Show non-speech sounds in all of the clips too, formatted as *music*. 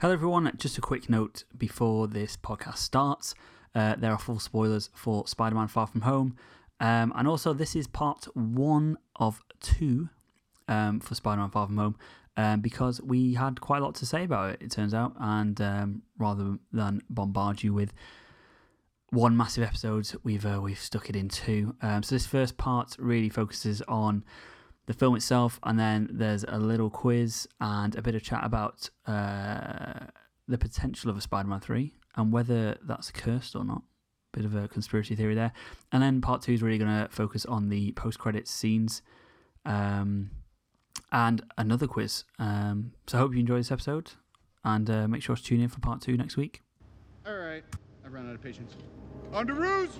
Hello, everyone. Just a quick note before this podcast starts. Uh, there are full spoilers for Spider Man Far From Home. Um, and also, this is part one of two um, for Spider Man Far From Home um, because we had quite a lot to say about it, it turns out. And um, rather than bombard you with one massive episode, we've, uh, we've stuck it in two. Um, so, this first part really focuses on the film itself, and then there's a little quiz and a bit of chat about uh, the potential of a Spider-Man three and whether that's cursed or not. Bit of a conspiracy theory there. And then part two is really going to focus on the post-credits scenes, um, and another quiz. Um, so I hope you enjoy this episode, and uh, make sure to tune in for part two next week. All right, I ran out of patience. On to ruse!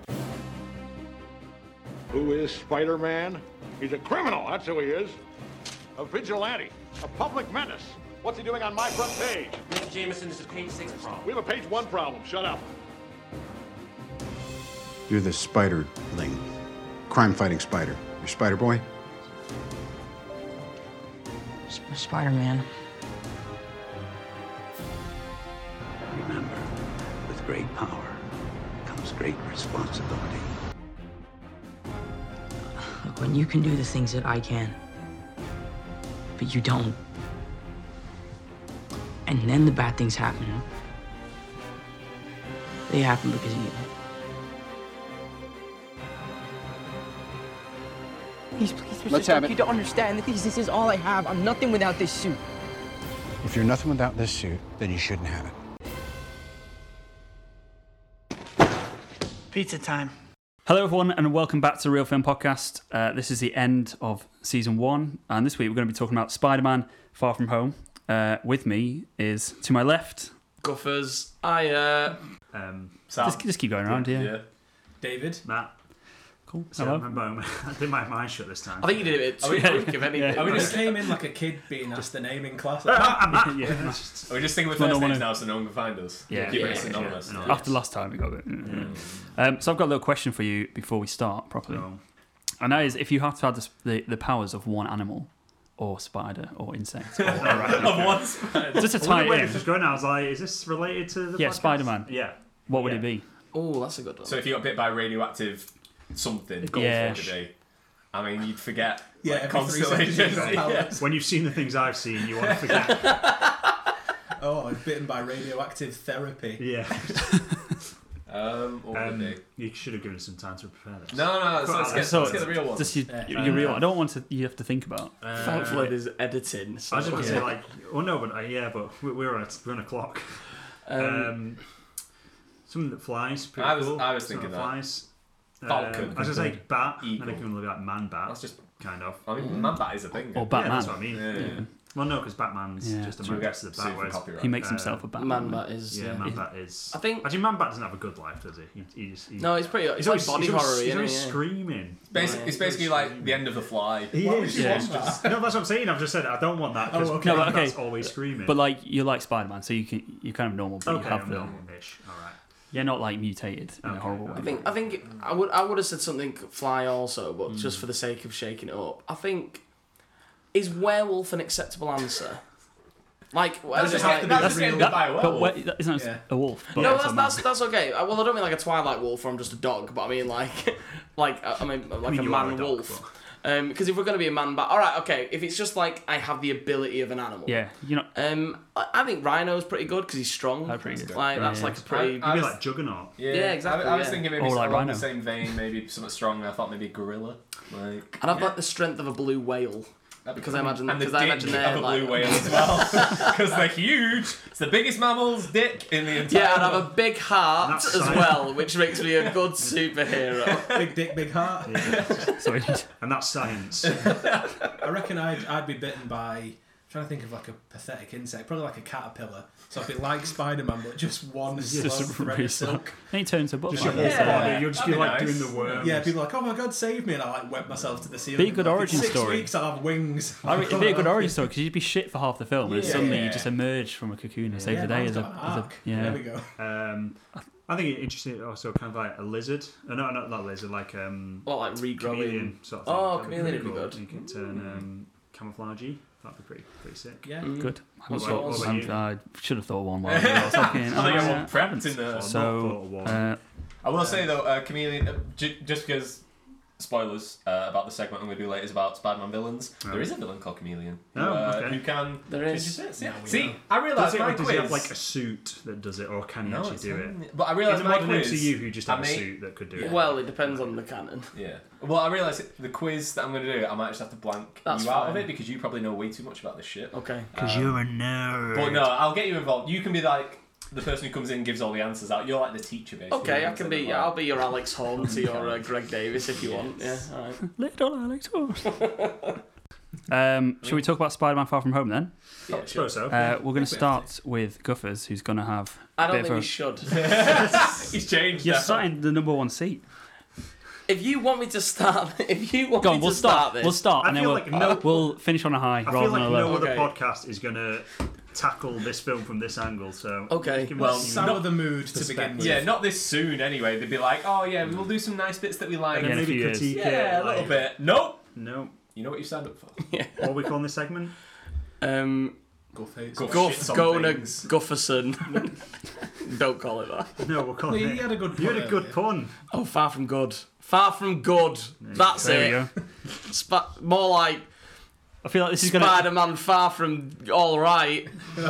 Who is Spider Man? He's a criminal, that's who he is. A vigilante, a public menace. What's he doing on my front page? Mr. Jameson, this is page six problem. We have a page one problem, shut up. You're the spider thing. Crime fighting spider. You're Spider Boy? Sp- Spider-Man. Remember, with great power comes great responsibility. Look, when you can do the things that I can, but you don't, and then the bad things happen. They happen because of you. Please, please, Mr. Let's Stark, have it. You don't understand that this, this is all I have. I'm nothing without this suit. If you're nothing without this suit, then you shouldn't have it. Pizza time. Hello, everyone, and welcome back to Real Film Podcast. Uh, this is the end of season one, and this week we're going to be talking about Spider Man Far From Home. Uh, with me is to my left. Guffers. I, uh. Um, Just, just keep going around, yeah. David. Matt, Cool. so I remember I didn't mind mine shut this time. I think you did it a bit too quick, if anything. Yeah. Are we *laughs* just came in like a kid being asked the name in class. yeah. are we just thinking with No, first Ah, no, names no. now so no one can find us? *laughs* Yeah. Keep Yeah, it yeah, anonymous. yeah, After last time, it got a bit. Um, so I've got a little question for you before we start properly, So, and that is if you have to have the, the, the powers of one animal, or spider, or insect, or arachnid, Of one spider. *laughs* just to I tie wonder where it this in, was going. I was like, is this related to the Yeah, podcast? Spider-Man. Yeah. what would yeah. it be? Oh, that's a good one. So if you got bit by radioactive something, Yeah. goldfish today, I mean, you'd forget. Yeah, like, every three constellations. seconds *laughs* you've got yeah. powers. When you've seen the things I've seen, you want to forget. *laughs* Oh, I was bitten by radioactive therapy. yeah. Um, what would it Um, be? you should have given us some time to prepare this. No, no, let's, let's, get, So let's get the real one. Just you, you real. I don't want to. You have to think about. Uh, Thankfully, there's editing. So I just want to say, like, oh no, but uh, yeah, but we- we're on a, we're on a clock. Um, something that flies. Pretty I was- cool. I was Something thinking that. Flies. uh, Um, Falcon. I was gonna say bat. Eagle. And I can look like man bat. That's just- kind of. I mean, man, that is a thing. Or yeah. Yeah, Batman. that's what I mean. Yeah, yeah. Well, no, because Batman's Yeah. just a So we man. get That's the sued bat. for whereas- copyright. He makes Uh, himself a Batman. Man, that is. Yeah, Yeah. man, that is. I think- Actually, man bat doesn't have a good life, does he? he, he, just- he No, it's pretty. It's, he's like always, body he's horror. always, he's isn't it? always Yeah. screaming. Basi- it's basically like the end of the fly. He is. Yeah. *laughs* no, that's what I'm saying. I've just said I don't want that. Oh, okay. No, but okay. always screaming. But like you're like Spider Man, so you can you're kind of normal, but okay, you have I'm the, normal-ish. All right. you're not like mutated in a horrible I way. think. I think I would. I would have said something fly also, but Mm. just for the sake of shaking it up, I think is werewolf an acceptable answer? Like, that's just- like that's just ended That- by a but werewolf. where, that isn't that a wolf. But No, it's a that's, man. that's that's okay. Uh, Well, I don't mean like a Twilight wolf or I'm just a dog, but I mean like, *laughs* like uh, I mean like mean, a you are man a dog, wolf. Um, because if we're gonna be a man, bat, all right, okay. If it's just like I have the ability of an animal, yeah. You're not. Um, I, I think Rhino's pretty good because he's strong. That's pretty good. Like that's Yeah. like a pretty. I Be was- like Juggernaut. Yeah, Yeah, exactly, I, I was yeah. thinking maybe Or something like along the rhino. same vein, maybe something strong. I thought maybe gorilla. Like I'd have like the strength of a blue whale. that'd be Because cool. I imagine- and the because I dick imagine of they're a like- blue whale as well, *laughs* because they're huge. It's the biggest mammal's dick in the entire. Yeah, I'd have world. a big heart That's as science. well, which makes me a good superhero. Big dick, big heart. *laughs* Sorry. And that's science. I reckon I'd, I'd be bitten by. I'm trying to think of like a pathetic insect, probably like a caterpillar. So I'd be like Spider Man, but just one Just slow a thread really of slow- silk. Then he turns a Just your butterfly. whole Yeah. body. You'll just be That'd be like nice. doing the worms. Yeah, people are like, oh my god, save me, and I like web myself to the ceiling. Be a good Like, in origin six story. weeks, I'll have wings. I mean, it'd be a good origin story because you'd be shit for half the film, and Yeah. suddenly you Yeah. just emerge from a cocoon and save Yeah, the day mine's as a, got an as a arc. There we yeah. go. Um, I think it's interesting. Also, kind of like a lizard. Uh, no, not not lizard. Like um, Well, like regrowing. chameleon sort of thing. Oh, That'd chameleon would be pretty cool. good. You can turn um, camouflagey. That'd be pretty pretty sick. Yeah. Mm. Good. I, What was- about- what about I'm- you? I should have thought one while ago. I was *laughs* looking. I think Oh, I'm yeah. prepped in there. Thought of So, one. uh, I will say though, uh, Chameleon, uh, j- just because spoilers uh, about the segment I'm going to do later is about Spider-Man villains. There is a villain called Chameleon. Who, Oh, uh, okay. who can? There change is. his face. Now we See, know. I realised Does, it, my or does quiz. he have like a suit that does it, or can he no, actually it's do not. it? But I In realised the my modern quiz. MCU, who just I have a made- suit that could do it. Well, it depends on the canon. Yeah. Well, I realised it- the quiz that I'm going to do, I might just have to blank That's you out of fine. it because you probably know way too much about this Oh, shit. Okay. because you're a nerd. But no, I'll get you involved. You can be like the person who comes in and gives all the answers out. You're like the teacher, basically. Okay, I can Instead be. of, Yeah, I'll like- be your Alex Horn to your uh, Greg Davis if you want. Yeah. Yes. All right. Little Alex Horse. *laughs* um, should we talk about Spider-Man Far From Home then? yeah, I sure. suppose so. Uh, we're going to start with Guffers, who's going to have. I a don't bit think of we a- should. *laughs* He's changed. You're now. starting the number one seat. If you want me to start, *laughs* if you want Go me on, we'll to start, start. this, We'll start, I and then feel we'll, like no- *laughs* we'll finish on a high I rather feel than a like low. no other Okay. podcast is going to tackle this film from this angle. So Okay, just give well, us- Sour the mood to begin with. Yeah, not this soon anyway. They'd be like, oh yeah, we'll do some nice bits that we like. Yeah, in and a maybe few years. critique it. Yeah, a like- little bit. Nope. No, You know what you signed up for. what are we calling this segment? um, Go Guff, shit Gona on things. Gufferson. don't call it that. No, we'll call Well, it. you had a good You pun had a good earlier. pun. Oh, far from good. Far from good. That's There it. we go. Spa- more like I feel like this is going to. Spider-Man Far From All Right. I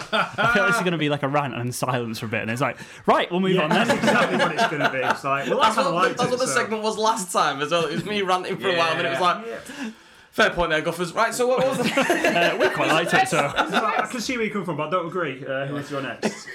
feel like this is going to be like a rant and silence for a bit, and it's like, right, we'll move on That's then. exactly what it's going to be. It's like, well, that's That's how I what, liked that's it. what the so- segment was last time as well. It was me ranting for a while, and then it was Yeah. like, fair point there, Guffers. Right, so what was the... Uh, we quite liked it, so. I can see where you come from, but I don't agree. Uh, who is your next?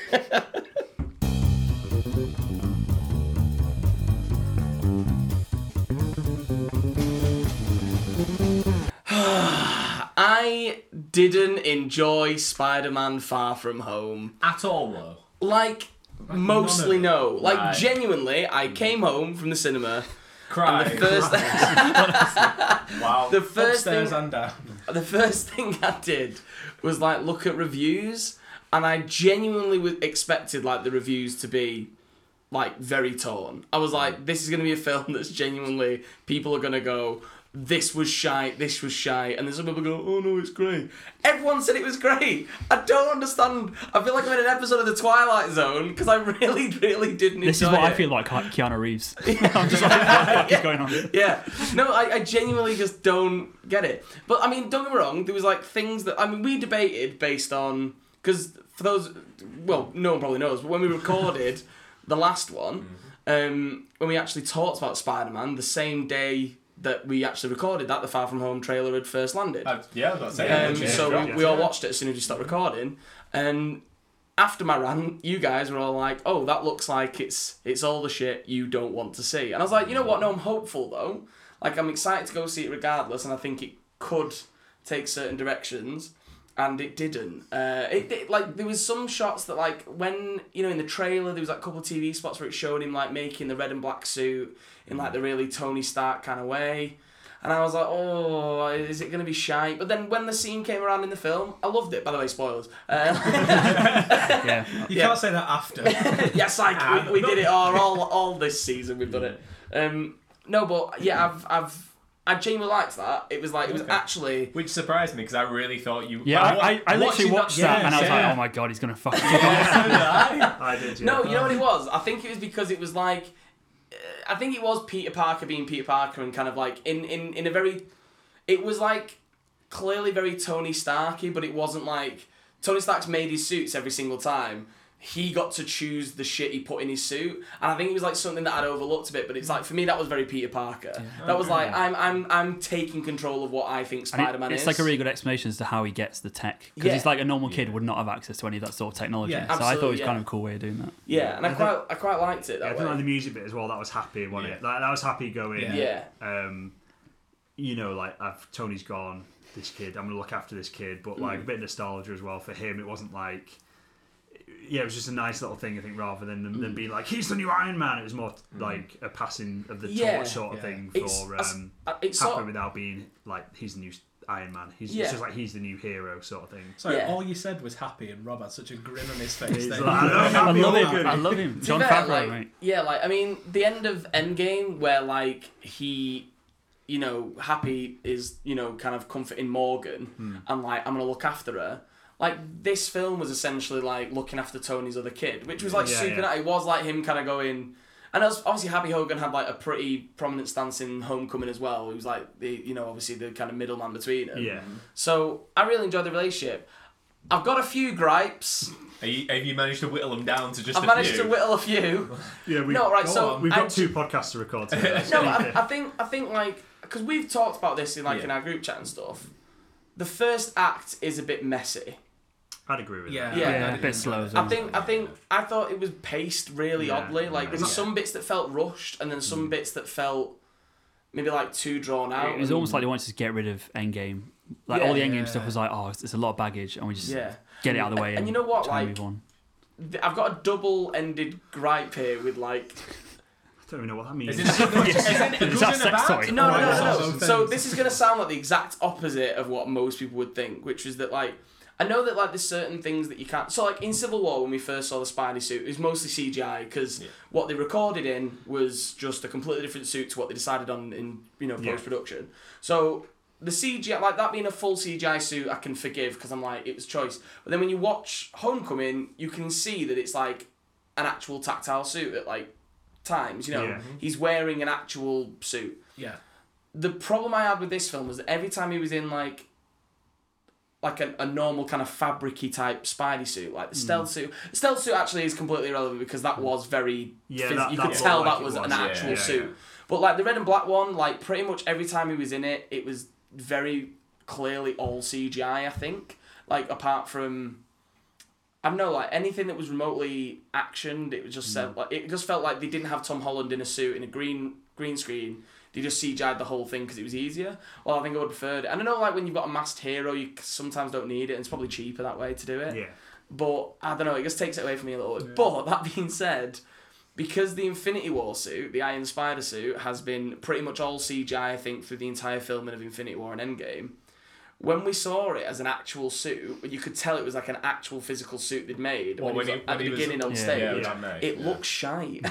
I didn't enjoy Spider-Man Far From Home. At all though. Like, mostly none no. Like, Right. genuinely, I came home from the cinema. *laughs* Cry. *laughs* First, wow. the first thing Upstairs and down. the first thing I did was like look at reviews, and I genuinely was expected like the reviews to be like very torn. I was like, this is gonna be a film that's genuinely people are gonna go. This was shite, this was shite, and then some people go, oh no, it's great. Everyone said it was great. I don't understand. I feel like I'm in an episode of The Twilight Zone because I *laughs* really, really didn't This is enjoy what I it. feel like, like Keanu Reeves. I'm just like, what the fuck is going on? yeah. No, I, I genuinely just don't get it. But I mean, don't get me wrong. There was like things that I mean, we debated based on because for those, well, no one probably knows, but when *laughs* we recorded the last one, Mm-hmm. um, when we actually talked about Spider Man, the same day that we actually recorded that, the Far From Home trailer had first landed. Uh, yeah, that's it. Um, Yeah. so we, Yeah. we all watched it as soon as we stopped recording, and after my rant, you guys were all like, "Oh, that looks like it's it's all the shit you don't want to see," and I was like, "You know what? No, I'm hopeful though. Like, I'm excited to go see it regardless, and I think it could take certain directions." And it didn't. Uh, it, it like there was some shots that like when you know in the trailer there was like a couple of TV spots where it showed him like making the red and black suit in like the really Tony Stark kind of way. And I was like, oh, is it going to be shite? But then when the scene came around in the film, I loved it. By the way, spoilers. Uh, *laughs* Yeah. You Yeah. can't say that after. yes, I, we, we did it all, all, all this season. We've done it. Um, no, but yeah, I've, I've, I genuinely liked that. It was like, it was Okay. actually, *laughs* Which surprised me because I really thought you. Yeah, I, I, I literally watching watched that, yeah, and I was yeah. like, oh my god, he's going to fucking kick off. *laughs* I did. Yeah. no, you know what it was? I think it was because it was like, uh, I think it was Peter Parker being Peter Parker and kind of like in, in, in a very, it was like clearly very Tony Starky, but it wasn't like Tony Stark's made his suits every single time. He got to choose the shit he put in his suit, and I think it was like something that I'd overlooked a bit. But it's like for me, that was very Peter Parker. That was like I'm, I'm, I'm taking control of what I think And it- Spider Man is. it's like a really good explanation as to how he gets the tech because Yeah. he's like a normal kid would not have access to any of that sort of technology. Yeah, so I thought it was absolutely, kind yeah. of a cool way of doing that. yeah, and I, quite, I quite liked it. I That think like way. the music bit as well. That was happy, wasn't Yeah. it? That, that was happy going. Yeah. yeah, Um, you know, like I've Tony's gone. This kid, I'm gonna look after this kid. But Mm. like a bit of nostalgia as well for him. It wasn't like. Yeah, it was just a nice little thing, I think, rather than them, them being like, "He's the new Iron Man." It was more like a passing of the Yeah. torch sort of Yeah. thing It's- for that's- um, Uh, it's happen sort of, without being like he's the new Iron Man. He's Yeah. it's just like he's the new hero sort of thing. Sorry, Yeah. all you said was happy, and Rob had such a grin on his face. He's there. like, I don't I know, love happy him. I all good. love him. John Yeah, Favreau, like, mate. Yeah, like I mean, the end of Endgame where like he you know, Happy is, you know, kind of comforting Morgan and like, I'm going to look after her. Like, this film was essentially like looking after Tony's other kid, which was like Yeah, super. yeah. It was like him kind of going. And as- obviously, Happy Hogan had like a pretty prominent stance in Homecoming as well. He was like, the, you know, obviously the kind of middleman between them. Yeah. So I really enjoyed the relationship. I've got a few gripes. Are you, have you managed to whittle them down to just I've a managed few? to whittle a few. Yeah, we, No, right, go so on. we've got I- two podcasts to record today. *laughs* No, I, I think I think like because we've talked about this in like in Yeah. our group chat and stuff. The first act is a bit messy. I'd agree with Yeah, that. Yeah. I- I Yeah, a didn't bit enjoy slow. it. as I well. think I think I thought it was paced really Yeah, oddly. Like there yeah. Mm. were some bits that felt rushed, and then some bits that felt maybe like too drawn out. It was and- almost like they wanted to get rid of Endgame. Like Yeah. all the Endgame Yeah. stuff was like, oh, it's, it's a lot of baggage, and we just Yeah. get it out of the way. And- and you know what, try and like- move on. I've got a double-ended gripe here with like I don't even know what that Is means. *laughs* it- is it a good Is that and a sex? bad? Sorry. No, no, Right, no, so no. things. So this is going to sound like the exact opposite of what most people would think, which is that like I know that like there's certain things that you can't. So like in Civil War when we first saw the Spidey suit, it was mostly CGI because what they recorded in was just a completely different suit to what they decided on in you know post production. So the CGI like that being a full CGI suit, I can forgive because I'm like it was choice. But then when you watch Homecoming, you can see that it's like an actual tactile suit at like times. You know, Yeah. he's wearing an actual suit Yeah. the problem I had with this film was that every time he was in like like a, a normal kind of fabricy type Spidey suit, like the Mm. stealth suit. The stealth suit actually is completely irrelevant because that was very Yeah, phys- that- you that could looked tell like that it was, was, an yeah, actual yeah, suit. yeah. But like the red and black one, like pretty much every time he was in it, it was very clearly all CGI. I think like apart from I don't know, like anything that was remotely actioned, it was just said like it just felt like they didn't have Tom Holland in a suit in a green green screen. They just CGI'd the whole thing because it was easier. Well, I think I would have preferred it. And I know, like when you've got a masked hero, you sometimes don't need it, and it's probably cheaper that way to do it. Yeah. But I don't know, it just takes it away from me a little bit. But that being said, because the Infinity War suit, the Iron Spider suit, has been pretty much all CGI, I think, through the entire filming of Infinity War and Endgame, when we saw it as an actual suit, you could tell it was like an actual physical suit they'd made Well, when, when he was he- at when the he was- beginning on yeah, stage. yeah, that night, It yeah. *laughs* looked shite.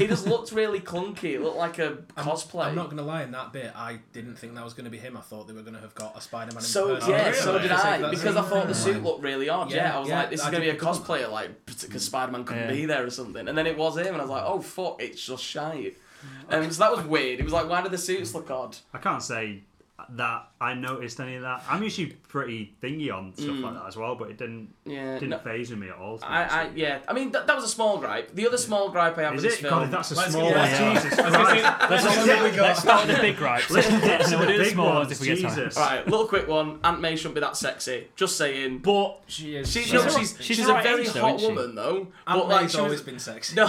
it just looked really clunky. It looked like a cosplay. I'm not gonna lie. In that bit, I didn't think that was gonna be him. I thought they were gonna have got a Spider-Man. in So person. yeah, so really? did Just I like "Mm, that- because I thought the suit looked really odd. Yeah, Yeah, I was yeah, like, this is I gonna be did a pick up on cosplayer, like because Spider Man couldn't Yeah. be there or something. And then it was him, and I was like, oh fuck, it's just shite. Um, so that was weird. It was like, why do the suits look odd? I can't say that I noticed any of that. I'm usually pretty thingy on stuff like that as well, but it didn't Yeah, didn't no- phase me at all. to be I, honest I with yeah. I mean, that, that was a small gripe. The other small gripe I have you. with Is this it? film. God, that's a Let's small get- one. yeah. Jesus Christ. Let's not what we got. let's start with the big gripes. Let's So we'll get to do the the big small ones ones. if we get time. Jesus. Right, little quick one. Aunt May shouldn't be that sexy. Just saying. But She is. She, so- no, She's she's, right- she's, she's a right very age, though, hot isn't she? woman though. Aunt but like May's she always was, been sexy. no.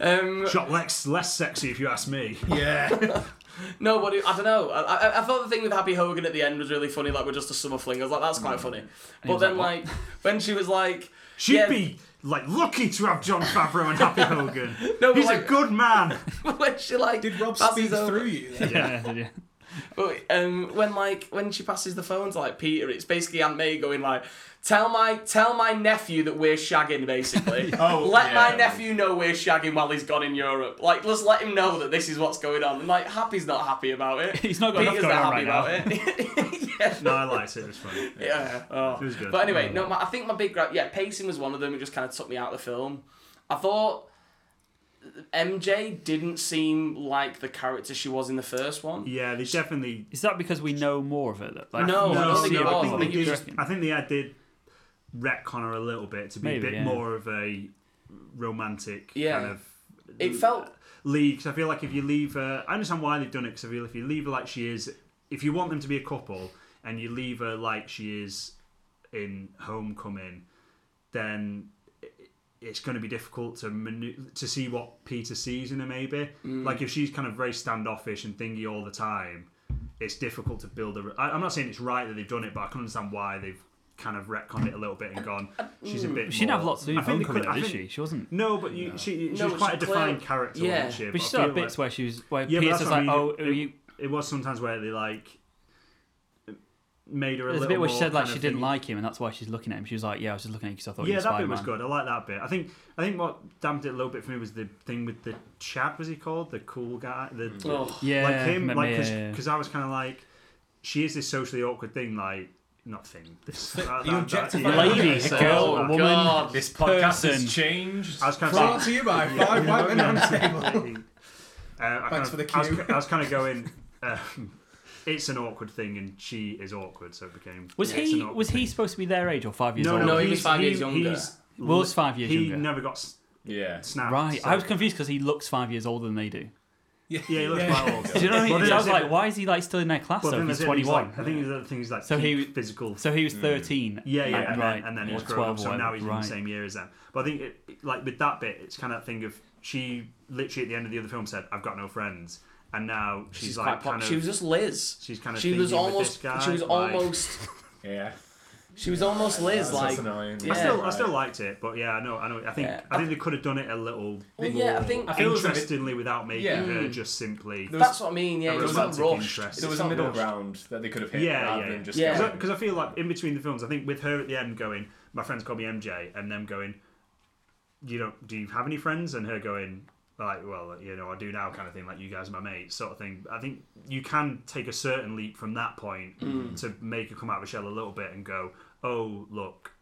um, Shot less less sexy if you ask me. Yeah. No, but it- I don't know. I, I, I thought the thing with Happy Hogan at the end was really funny. Like we're just a summer fling. I was like, that's quite funny. But Mm. was then like, like, when she was like, *laughs* She'd yeah, be like lucky to have John Favreau and Happy Hogan. No, but He's a like- good man. when she like Did Rob passes speak over- through you? then? yeah, yeah. But um, when like when she passes the phone to like Peter, it's basically Aunt May going like, "Tell my tell my nephew that we're *laughs* shagging, basically. Oh, let my yeah. nephew know we're shagging while he's gone in Europe. Like, just let him know that this is what's going on." And like, Happy's not happy about *laughs* it. He's not got enough Peter's going not on happy right about it. *laughs* yeah. No, I liked it. It was funny. Yeah. Oh. It was good. But anyway, no, my, I think my big gripe, yeah, pacing was one of them. It just kind of took me out of the film. I thought MJ didn't seem like the character she was in the first one. Yeah, they definitely Is that because we know more of it? though? Like, No, we I don't see think it at all. I think, more, they do you did, reckon? I think they had- did retcon her a little bit to be Maybe, a bit yeah. more of a romantic Yeah. kind of. It felt- league. Because I feel like if you leave her, I understand why they've done it. Because I feel if you leave her like she is, if you want them to be a couple and you leave her like she is in Homecoming, then it's going to be difficult to manu- to see what Peter sees in her. Maybe Mm. like if she's kind of very standoffish and thingy all the time, it's difficult to build a. I, I'm not saying it's right that they've done it, but I can understand why they've kind of retconned it a little bit and gone. Uh, She's a mm. bit. She didn't more- have lots to do I in think they Homecoming, could- I did think- she? She wasn't. No, but you, she, she No, was but quite she a defined clear- character, yeah. wasn't she? But I she still had feel bits like- where she was where Yeah, but Peter's that's like, what I mean, oh, it- are you it was sometimes where they like made her a There's a little bit where she more said like kind she of didn't thingy. like him, and that's why she's looking at him. She was like, "Yeah, I was just looking at you because I thought you Yeah, were that bit Spider-Man." was good. I like that bit. I think I think what damped it a little bit for me was the thing with the Chad. Was he called the cool guy? The Oh. Mm. Yeah, like him, m- like yeah, yeah. because I was kind of like, she is this socially awkward thing, like not thing. This that- that- You objectify that- A lady, a So- girl, I a oh, was woman. God. This podcast Person. has changed. kind of Brought to you by Five White Men on *laughs* the Table. Uh, I Thanks kind of- for the Um, I was, cue. I was kind of going. Um, it's an awkward thing, and she is awkward, so it became. Was it's he an awkward was he thing. supposed to be their age or five years No, older? no, No, he was he's- five years younger. He's, Will's five years he younger. never got s- yeah. snapped. Right, so- I was confused because he looks five years older than they do. Yeah, he looks quite old. *laughs* *laughs* Do you know what I mean? Well, I was then- like, why is he like still in their class Well, though? then He's there's it, he's twenty-one. like- I think the other thing is like So he- peak physical. so he was thirteen. yeah, yeah, and, right. then, and then or he's grown up, 12 or so now whatever, he's in right. the same year as them. But I think, it, like with that bit, it's kind of that thing of she literally at the end of the other film said, "I've got no friends," and now she's, She's like, quite pop- kind of, she was just Liz. she's kind of she was thinking with this almost. guy, she was like- almost. Yeah. She *laughs* was almost Liz. That's Like, annoying. yeah. I still, I Right. still liked it, but yeah, I know, I know. I think, Yeah. I think they could have done it a little Well, yeah, I think I feel it was a bit- interestingly without making Yeah. her just simply. that's what I mean. Yeah, a it was romantic rushed. interest. It There was not a middle rushed. ground that they could have hit Yeah, rather yeah, than yeah. just Yeah. going- Because I feel like in between the films, I think with her at the end going, my friends call me MJ, and them going, you don't, do you have any friends? And her going, like, well, you know, I do now, kind of thing, like you guys are my mates, sort of thing. I think you can take a certain leap from that point Mm. to make her come out of her shell a little bit and go, oh, look.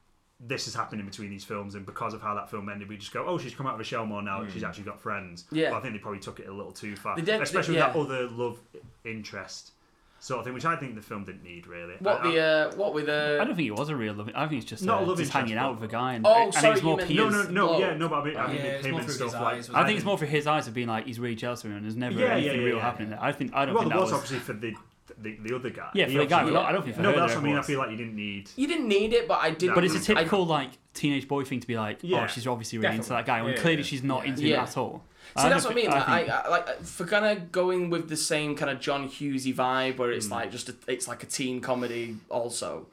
This has happened in between these films, and because of how that film ended, we just go, "Oh, she's come out of her shell more now. She's actually got friends." Yeah. But I think they probably took it a little too far, They did- especially yeah. with that other love interest sort of thing, which I think the film didn't need really. What I- the? Uh, what were I the? don't think it was a real love. I think it's just Not uh, a love just interest, hanging out but- with a guy, and, Oh, and sorry, it's you more meant- peers. no, no, no, blow. yeah, no, but I mean, I mean Yeah, it's him more and through his stuff like. eyes, I think it's more for his eyes of being like he's really jealous of him, and there's never Yeah, yeah, anything yeah, real yeah. happening there. I think I don't Well, think there that was was. obviously for the the, the other guy. yeah, for the guy, obviously- but I don't think for No, her but that's there what I mean. I was. feel like you didn't need. You didn't need it, but I did. But it's a I- typical like teenage boy thing to be like, oh, Yeah. she's obviously really into that Definitely. guy, when Yeah, clearly yeah. she's not into him Yeah. at all. See, that's what I mean. Like, think- I, I, like uh, for kind of going with the same kind of John Hughesy vibe, where Hmm. it's like just a, it's like a teen comedy. Also,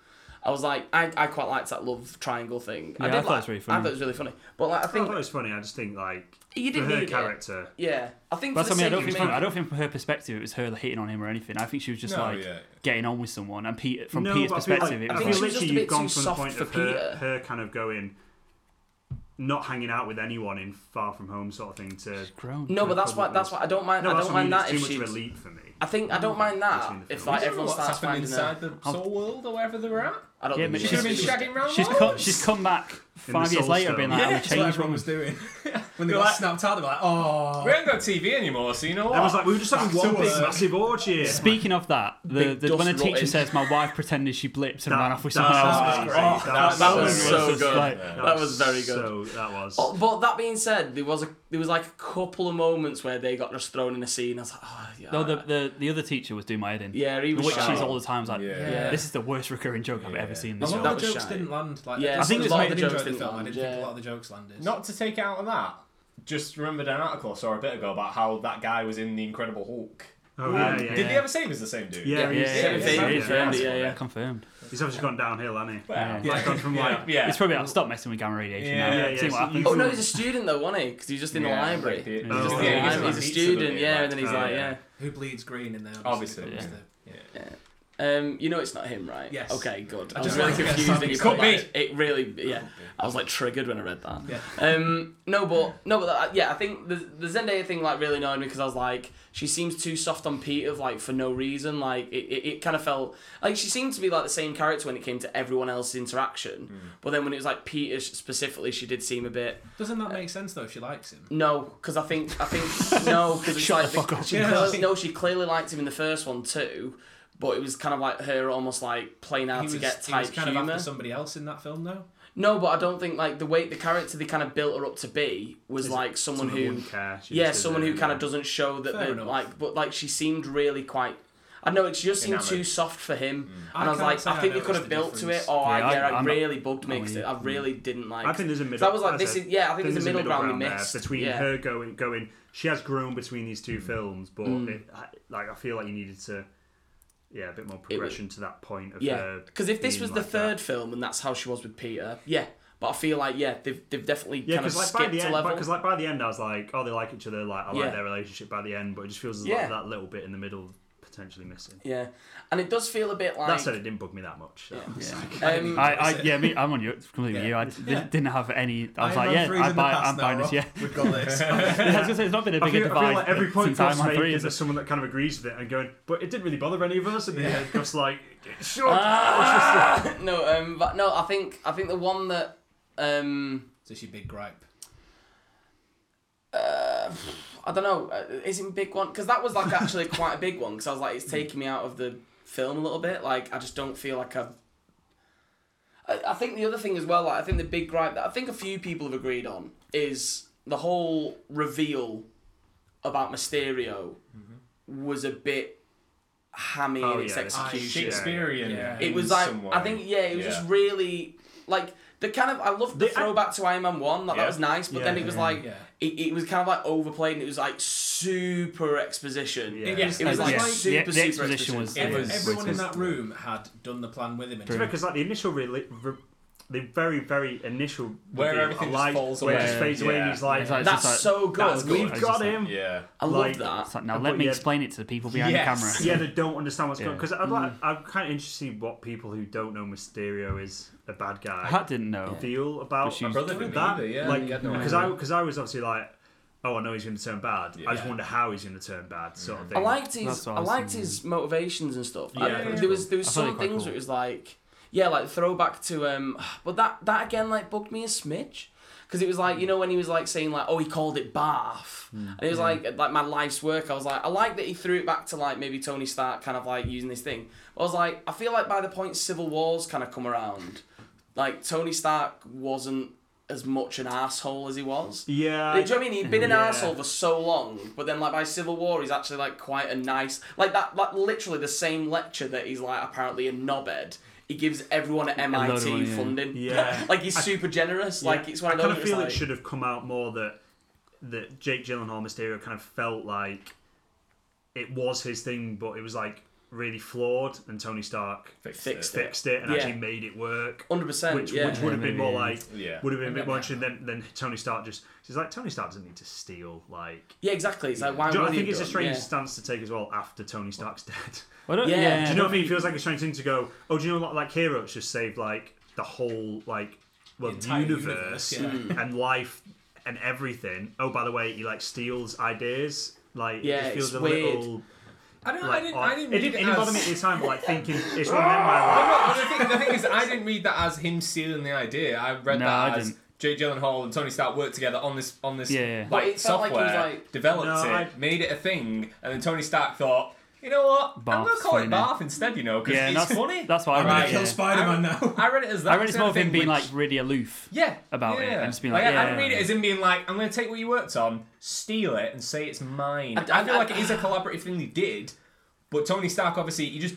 I was like, I, I quite liked that love triangle thing. Yeah, I did thought it like, was really I funny. thought it was really funny. But like, I I think thought it was funny. I just think like you Oh, for didn't need her it. character. Yeah, I think. But for that's what I mean. I the don't sake think of from, I making- don't think from her perspective it was her hitting on him or anything. I think she was just No, like yeah. getting on with someone. And Peter, from no, Peter's but I feel like- perspective, I it feel was like, she was just literally a bit you've gone too from the soft point for of her, Peter. her kind of going, not hanging out with anyone in Far From Home sort of thing to. grown. No, but that's why. That's why I don't mind. No, I that's don't what I mind mean. that It's if too she. much of a leap for me. I think I don't mind Between that the if films. like I don't know everyone what's starts happened finding inside her. the soul world or wherever they were at. I don't Yeah, think but she she Should have should've been She's- shagging round. She's come, she's come back five years Soul later, Stone. being like, "I'm a That's what changed woman." everyone was *laughs* doing. When they They're got like- snapped out, they were like, oh. We ain't got TV anymore, so you know what? I was like, we were just having one to big work. massive orgy. Speaking of that, the, Big the, when the dust teacher rotting. says my wife pretended she blipped and That- ran off with that someone sounds else, crazy. Oh, that, that was was so just good. like- that was very good. So that was. Oh, But that being said, there was a there was like a couple of moments where they got just thrown in a scene. I was like, oh yeah. no, the, the the other teacher was doing my head in. Yeah, he the was witch shy. she's all the time was like, Yeah. Yeah. "This is the worst recurring joke I've ever seen." in A This lot show. of That the was jokes shy. didn't land. Like, Yeah, that. I think That's a lot why of I the didn't jokes enjoy the didn't film. I land, didn't think yeah. a lot of the jokes landed. Not to take out of that, just remembered an article I saw a bit ago about how that guy was in the Incredible Hulk. Oh, yeah, And yeah. Did they ever say he was the same dude? Yeah, Yeah, he's, Yeah, Same he's- thing, he's- confirmed it, yeah, yeah. confirmed. he's obviously gone downhill, hasn't he? Well, Like, gone from like. yeah, yeah. It's probably I'll stop messing with gamma radiation Yeah, now. yeah, yeah, See so what you- happens. Oh no, he's a student though, wasn't he? Because he's just in the library. He's He's just Oh, yeah, in the he's library. like He's pizza, a student, doesn't he? yeah. Like, And then he's oh, like, yeah. yeah. Who bleeds green in there? Obviously, was yeah. the- yeah. Um, you know it's not him, right? Yes. Okay, good. I, just was really wanted to get confused something that you Could put that. It really, yeah. I was like triggered when I read that. Yeah. Um, no, but no, but uh, yeah, I think the the Zendaya thing like really annoyed me because I was like, she seems too soft on Peter like for no reason. Like it, it, it kind of felt like she seemed to be like the same character when it came to everyone else's interaction, Mm. but then when it was like Peter specifically, she did seem a bit. Doesn't that make sense though? If she likes him, No, because I think *laughs* I think no, because it's like she Yeah. clearly, no, she clearly liked him in the first one too, but it was kind of like her almost like playing he out was, to get he was type kind of humor. after somebody else in that film though. No, but I don't think like the way the character they kind of built her up to be was like someone Someone who wouldn't care, she yeah, just did someone it who kind anyway. of doesn't show that Fair they enough. like, but like she seemed really quite. I know it just seemed too Enamoured. soft for him, I and I, was can't like, say I I think you could noticed have the built to it. difference. Oh, I- Yeah, I- yeah, I, I'm not- really bugged me. 'cause I'm it- I really didn't like. I think there's a so middle. That was like I this said, is yeah. I think there's a middle, ground we there missed between yeah. her going, going. She has grown between these two films, but Mm. it, I- like I feel like you needed to, yeah, a bit more progression to that point of Yeah, her. because if this being was the like third that. film and that's how she was with Peter, yeah. But I feel like yeah, they've they've definitely Yeah, kind of because like by skipped the a end, level. because like by the end, I was like, oh, they like each other. Like I Yeah. like their relationship by the end, but it just feels Yeah. like that little bit in the middle potentially missing. Yeah, and it does feel a bit like that said, it didn't bug me that much. so. Um, I, I yeah, me, I'm on you completely. with You, I d- didn't have any. I was like, yeah, I buy, I'm buying this. Yeah, We've got this. *laughs* I was gonna say it's not been a I bigger feel, divide I feel like every point since I'm Gus on three. making is Is there's it? someone that kind of agrees with it and going, but it didn't really bother any of us. And yeah. Gus like, sure. no, um, but no, I think I think the one that um, So she big gripe. I don't know uh, isn't big one because that was like actually *laughs* quite a big one because I was like it's taking me out of the film a little bit. Like I just don't feel like I've. I, I think the other thing as well, like I think the big gripe that I think a few people have agreed on is the whole reveal about Mysterio was a bit hammy Mm-hmm. Oh, in its yeah, it's- execution. Shakespearean. Yeah. it was in like some way. I think yeah, it was Yeah. just really like the kind of I loved the They- I- throwback to Iron Man One. Like that Yeah. was nice, but then Yeah, it was yeah, like yeah. it, it was kind of like overplayed. and It was like super exposition. Yeah. It was like Yeah, the, the super, super exposition was. It yeah, was- way Everyone too- in that room had done the plan with him. and because like the initial really. re- the very, very initial Where reveal, everything just like, falls where it away. just fades away, and Yeah. he's like, It's like- That's It's just so good. that's "We've good. It's got just like- him." Yeah. I love like, that. It's like, now But let me yeah. explain it to the people behind Yes. the camera. yeah, they don't understand what's Yeah. going. Because I'd like, Mm. I'm kind of interested to see what people who don't know Mysterio is a bad guy. I didn't know. feel about My brother didn't that. either, yeah, like he had no because idea. I because I was obviously like, oh, I know he's going to turn bad. I just Yeah. Mm. wonder how he's going to turn bad, sort of thing. I liked his That's what I I was liked thinking. his motivations and stuff. I- Yeah, that was there was there was I thought it some was quite things cool. where it was like yeah, like throwback to um *sighs* but that that again like bugged me a smidge. Cause it was like you know when he was like saying like oh he called it bath Hmm. and it was like like my life's work I was like I like that he threw it back to like maybe Tony Stark kind of like using this thing but I was like I feel like by the point Civil War's kind of come around like Tony Stark wasn't as much an asshole as he was Yeah, do you know what I mean? He'd been an Yeah. asshole for so long, but then like by Civil War, he's actually like quite a nice, like that, like literally the same lecture that he's like apparently a knobhead. He gives everyone at load of MIT money, yeah. funding. Yeah. *laughs* like he's super generous. Like Yeah. it's one of I those. kind of it's feel like, it should have come out more that that Jake Gyllenhaal Mysterio kind of felt like it was his thing, but it was like really flawed, and Tony Stark fixed it. fixed it and Yeah. actually made it work. 100%, Which yeah. which would have been more like Yeah. would have been a bit more interesting than than Tony Stark just. She's like Tony Stark doesn't need to steal like. Yeah, exactly. It's like why Do you know, would I he think have it's a done- strange yeah. stance to take as well after Tony *laughs* Stark's dead. I don't- Yeah. do yeah. you know what I mean? It feels like a strange thing to go, oh, do you know what? Like Heroes just saved like the whole like well entire universe, universe, Hmm. yeah. and life and everything. Oh, by the way, he like steals ideas. Like Yeah, it just feels it's a weird. little. I don't. I Like, didn't. odd. I didn't. it read didn't, oh, it it didn't bother as- me at *laughs* the time, but like thinking it's one of them. Like, No, but the, thing, the thing is, I didn't read that as him stealing the idea. I read No, that I as didn't. Jake Gyllenhaal and Tony Stark worked together on this on this Yeah, yeah. But like it felt like software, he was like- developed No, it, I- made it a thing, and then Tony Stark thought, you know what, I'm gonna Bath's call it funny. Bath instead, you know, because Yeah, it's that's- funny. that's what I I'm read, like, yeah. Kill Spider-Man now. I read it as that. I read it's sort more of of him thing being which- like really aloof. yeah about it yeah. and just being like, I, I yeah. didn't read it as him being like, I'm gonna take what you worked on, steal it, and say it's mine. I- I, I- feel I- like it *sighs* is a collaborative thing they did, but Tony Stark obviously he just.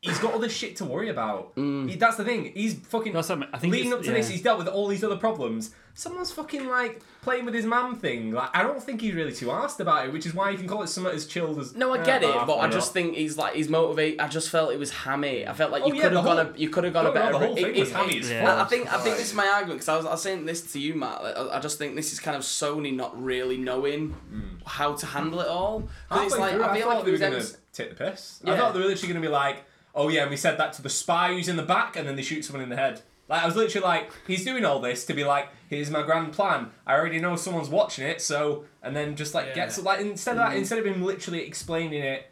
He's got other shit to worry about. Mm. He- that's the thing. He's fucking. That's something- I think leading it's- up to this, yeah. he's dealt with all these other problems. Someone's fucking like playing with his man thing. Like I don't think he's really too asked about it, which is why you can call it something as chilled as. No, I get Ah, it, but I yeah. just think he's like he's motivated. I just felt it was hammy. I felt like you Oh, yeah, could the have gone whole- a you could have gone a No, no, better. the whole it- thing it- was hammy as it- fuck. I I think I think this is my argument because I was, I was saying this to you, Matt. like, I, I just think this is kind of Sony not really knowing how to handle it all. 'Cause it's Hmm. Halfway like through, I feel thought like it they were was going ems- to take the piss. I Yeah. thought they were literally going to be like, "Oh yeah," and we said that to the spy who's in the back, and then they shoot someone in the head. Like I was literally like, "He's doing all this to be like, here's my grand plan. I already know someone's watching it, so." And then just like gets like instead Mm. of that, instead of him literally explaining it.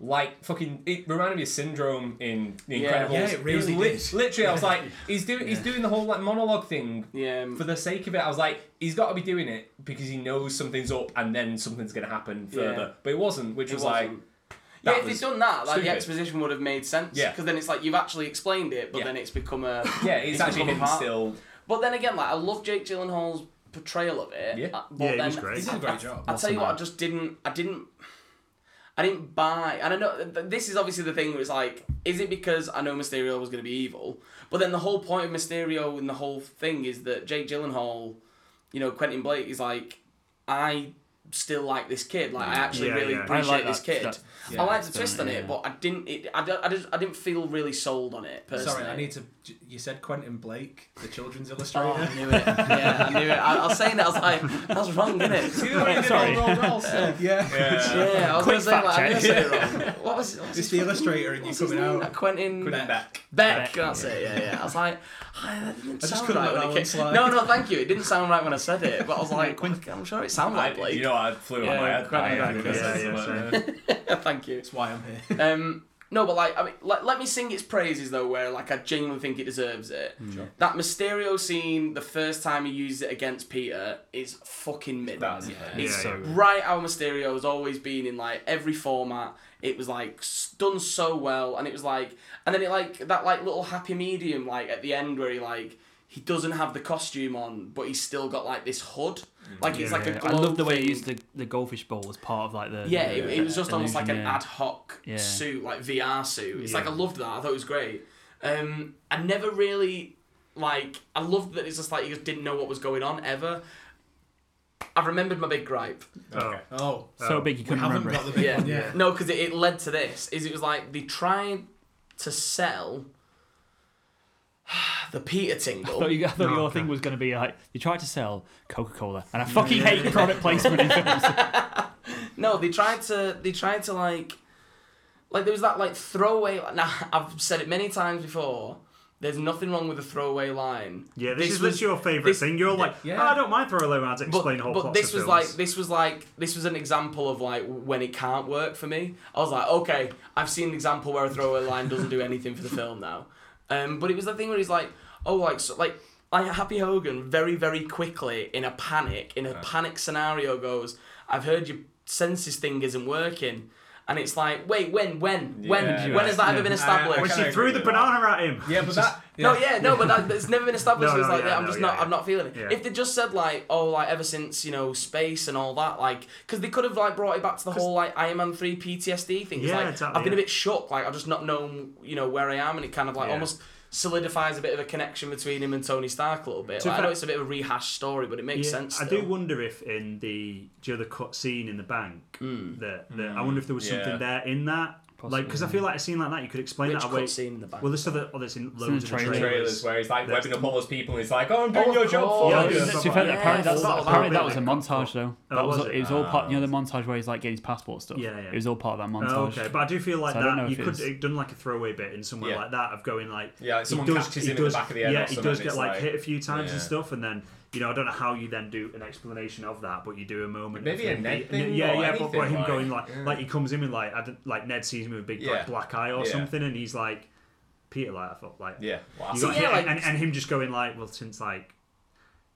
Like fucking, it reminded me of Syndrome in The Yeah. Incredibles. Yeah, it was really lit- did. Literally, I *laughs* was like, he's doing, he's doing the whole like monologue thing Yeah. um, for the sake of it, I was like, he's got to be doing it because he knows something's up and then something's going to happen further. Yeah. But it wasn't, which was wasn't. like, Yeah, that if they'd was done that, like the stupid. exposition would have made sense. Yeah. Because then it's like you've actually explained it, but Yeah. then it's become a yeah, it's actually become a him part. still. But then again, like I love Jake Gyllenhaal's portrayal of it. Yeah. uh, but Yeah, he then was great. He did a great I- job. I, will tell you what, I just didn't. I didn't. I didn't buy, and I know th- th- this is obviously the thing where it's like, is it because I know Mysterio was going to be evil? But then the whole point of Mysterio and the whole thing is that Jake Gyllenhaal, you know, Quentin Blake is like, I still like this kid. Like I Yeah. actually Yeah, really yeah. I appreciate like this that- kid. that- I yeah, liked the that's twist done, on it, yeah. but I didn't. It, I, don't- I just I didn't feel really sold on it personally. Sorry, I need to. You said Quentin Blake, the children's illustrator. Oh, I knew it. Yeah, I knew it. I, I was saying it. I was like, I was wrong, innit? See the way they did Sorry. all roll, *laughs* roll, so- Yeah. *laughs* yeah. I was Quick going to say, like, I knew I fact said it check. wrong. What was what was It's his the fucking- illustrator and you what's his coming name? out. Quentin Quentin Beck. Beck. Beck. uh, Beck. That's it. Yeah, yeah. I was like, I, that didn't I just sound couldn't let right when that it one came. slide. No, no, thank you. It didn't sound right when I said it, but I was *laughs* like, I'm sure it sounded like Blake. You know, I flew on my head. Quentin I- I Beck, guess yeah, that's *laughs* yeah, what- same. Thank you. That's why I'm *laughs* here. um, no, but like, I mean, let, let me sing its praises though, where like I genuinely think it deserves it. Mm. Sure. That Mysterio scene, the first time he used it against Peter, is fucking midnight. That's- yeah. It's Yeah, yeah. right how Mysterio has always been in like every format. It was like s- done so well, and it was like, and then it like that like little happy medium like at the end where he like. He doesn't have the costume on, but he's still got like this hood. Like it's like a I glow love the way thing. he used the, the goldfish bowl as part of like the Yeah, it, it was just almost like an illusion, yeah. ad hoc Yeah. suit, like VR suit. It's like I Yeah. loved that. I thought it was great. Um, I never really like. I loved that it's just like you just didn't know what was going on ever. I've remembered my big gripe. Oh. Oh. So big you couldn't remember it. yeah. *laughs* Yeah. No, because it, it led to this. Is it was like they tried to sell *sighs* the Peter I Tingle. thought, you, I thought your thing was going to be like you tried to sell Coca Cola, and I fucking hate product placement in films. No, they tried to. They tried to like, like there was that like throwaway. Now I've said it many times before. There's nothing wrong with a throwaway line. Yeah, this, is was- literally your favourite thing. You're like, "Oh, I don't mind throwaway lines to explain whole but plots this of was films." like this was like this was an example of like when it can't work for me. I was like, okay, I've seen an example where a throwaway line doesn't do anything for the film now. Um, but it was the thing where he's like, oh, like so, like like Happy Hogan very very quickly in a panic in a panic scenario goes, I've heard your senses thing isn't working. And it's like, wait, when, when, when, Yeah. when has that ever been I- I established? kinda When she agree threw the with that. banana at him. Yeah, *laughs* but that- *laughs* no, yeah. yeah, no, but that, it's never been *laughs* established. No, it's no, like, yeah, yeah, I'm no, just yeah, not, yeah. I'm not feeling it. Yeah. If they just said like, oh, like ever since you know space and all that, like, because they could have like brought it back to the whole like Iron Man three PTSD thing. It's Yeah, like, exactly, I've been yeah. a bit shook. Like I've just not known you know where I am, and it kind of like Yeah. almost solidifies a bit of a connection between him and Tony Stark a little bit. To Like, I fact- know it's a bit of a rehashed story, but it makes Yeah, sense. I still. do wonder if in the do you know, the cut scene in the bank Hmm. that, that I wonder if there was Mm. something there in that. Like, because I feel like a scene like that, you could explain Which that away. cut scene in the bank? Well, there's other, oh, there's in in loads the of trailers. Trailers where he's, like, That's- webbing up all those people and he's like, "Oh, I'm doing your job for Yeah, you." that's- Stuff to like be fair, that. apparently, Yeah, that's that, all apparently that about was a it. montage though. Oh, That was, was it? it? was all Ah. part. You know the montage where he's like getting his passport stuff. Yeah, yeah. It was all part of that montage. Oh, okay, but I do feel like So I don't know that you if it could is. have done like a throwaway bit in somewhere Yeah. like that of going like Yeah, like he someone catches he him in the back of the head or Yeah, he something, does it's get like, like- hit a few times Yeah. and stuff, and then you know I don't know how you then do an explanation of that, but you do a moment. Maybe of him a Ned being- thing Yeah, or yeah, but, but anything, him like, going like yeah. like he comes in and like I don't, like Ned sees him with a big Yeah. like, black eye or Yeah. something, and he's like Peter, like I thought, like Yeah. Wow. you So *laughs* got yeah, hit, like- and, and him just going like, well, since like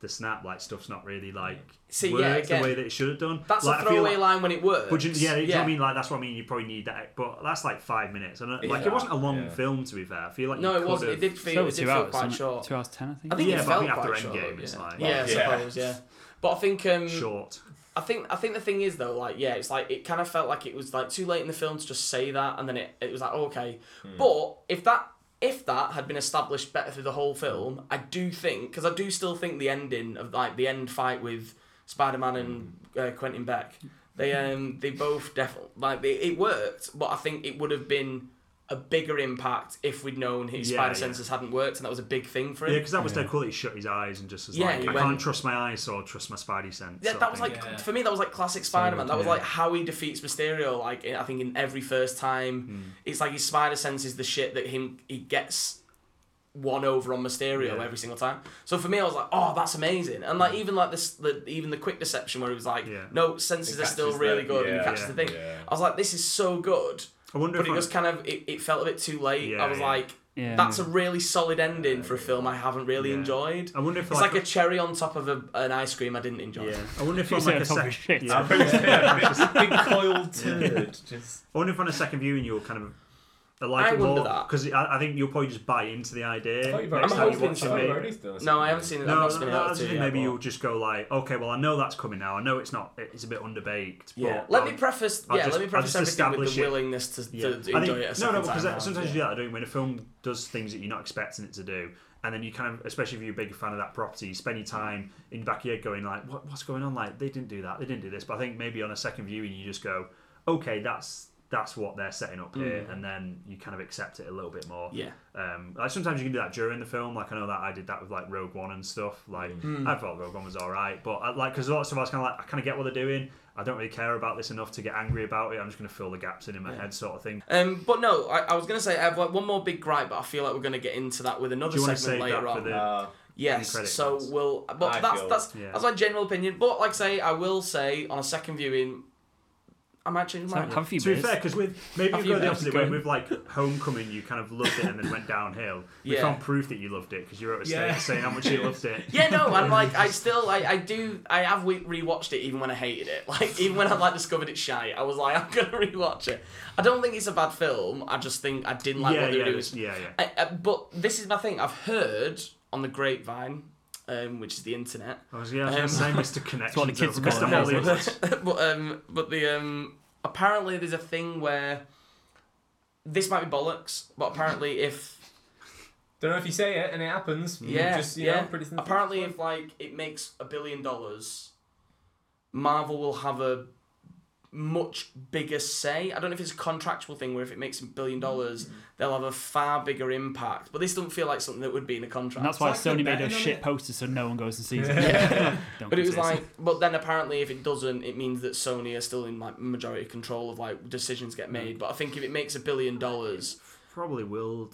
the snap, like stuff's not really like See, yeah, worked again, the way that it should have done. That's Like, a I feel throwaway like- line when it works. but you, yeah, do you know what I mean? Like that's what I mean. You probably need that, but that's like five minutes. And uh, like Yeah. it wasn't a long Yeah. film to be fair. I feel like No, you it could wasn't. have- It did feel, it did feel quite short. Two hours ten, I think. I think Yeah, it but I felt think after quite short, Endgame, it's yeah. like- yeah, I Yeah. suppose, yeah. But I think um, *laughs* Short. I think I think the thing is though, like yeah, it's like it kind of felt like it was like too late in the film to just say that, and then it, it was like oh, okay. Hmm. But if that if that had been established better through the whole film, I do think because I do still think the ending of like the end fight with Spider Man and Hmm. uh, Quentin Beck, they um they both definitely like they, it worked, but I think it would have been. A bigger impact if we'd known his Yeah, spider yeah. senses hadn't worked, and that was a big thing for him. Yeah, because that was dead cool. that He shut his eyes and just was Yeah, like, he I went- can't trust my eyes, so I'll trust my spidey sense. Yeah, sort that of was thing. like for me. That was like classic Spider-Man. That was yeah. like how he defeats Mysterio. Like I think in every first Hmm. time, it's like his spider sense is the shit that him he gets one over on Mysterio Yeah. Hmm. every single time. So for me, I was like, oh, that's amazing. And like even like this, the, even the quick deception where he was like, no, senses He are still catches really the- good, and yeah, he catches yeah, the thing. yeah. I was like, this is so good. I wonder but if it I- was kind of it, it felt a bit too late. Yeah, I was yeah. like. Yeah. That's a really solid ending for a film I haven't really enjoyed. I wonder if it's like, like- a cherry on top of a, an ice cream I didn't enjoy. I wonder if on like a second *laughs* Yeah. *laughs* just- I wonder if on a second viewing you'll kind of I like I it wonder more that. because I, I think you'll probably just buy into the idea. thought you've next already- time I'm you watch hoping so. it. I've already seen it. No, I haven't seen it. I've No, not seen no, that I was too thinking yet, maybe but- you'll just go like, okay, well, I know that's coming now. I know it's not. It's a bit underbaked. Yeah. But Let I'll- me preface. I'll yeah. just- let me I'll preface just everything with establish the it. willingness to, Yeah. to I think, enjoy it. A no, second no, because time that- round, sometimes yeah. you do that, don't you? When a film does things that you're not expecting it to do, and then you kind of, especially if you're a big fan of that property, you spend your time in the back of your head going like, what, what's going on? Like they didn't do that, they didn't do this. But I think maybe on a second viewing, you just go, okay, that's that's what they're setting up here, Mm. and then you kind of accept it a little bit more. Yeah. Um, like sometimes you can do that during the film. Like I know that I did that with like Rogue One and stuff. Like Mm. I thought Rogue One was all right, but I, like because a lot of stuff I was kind of like I kind of get what they're doing. I don't really care about this enough to get angry about it. I'm just going to fill the gaps in in my Yeah. head, sort of thing. Um, but no, I, I was gonna say I have like one more big gripe, but I feel like we're gonna get into that with another Do you wanna segment save later that on. for the- Uh, yes, the credit so cards? we'll. But I that's feel- that's Yeah. that's my general opinion. But like I say, I will say on a second viewing, I might change my. mind. to be fair, because with maybe Have you you go the beers? opposite way. With like Homecoming, you kind of loved it and then went downhill. We Yeah. found proof that you loved it because you wrote a statement Yeah. saying how much you *laughs* loved it. Yeah, no, and like *laughs* I still, I, I do, I have we- rewatched it even when I hated it. *laughs* Like even when I like discovered it shy, I was like, *laughs* I'm gonna rewatch it. I don't think it's a bad film. I just think I didn't like yeah, what yeah, they were doing. this- yeah, yeah. I, I, but this is my thing. I've heard on the grapevine, um, which is the internet. I was- yeah, I um, *laughs* was gonna say Mr. Connections That's what the kids over- call it. Mr. Mr. *laughs* but um, but the um, apparently there's a thing where this might be bollocks, but apparently if Don't know if you say it and it happens. you yeah, Just, you yeah, Know, pretty apparently if like it makes a billion dollars, Marvel will have a much bigger say. I don't know if it's a contractual thing where if it makes a billion Mm. dollars, they'll have a far bigger impact. But this doesn't feel like something that would be in a contract. And *laughs* that's why Sony made those shit posters so no one goes and sees it. Yeah. *laughs* Don't but it was exist. like, but then apparently, if it doesn't, it means that Sony are still in like majority control of like decisions get Mm. made. But I think if it makes a billion dollars, probably will.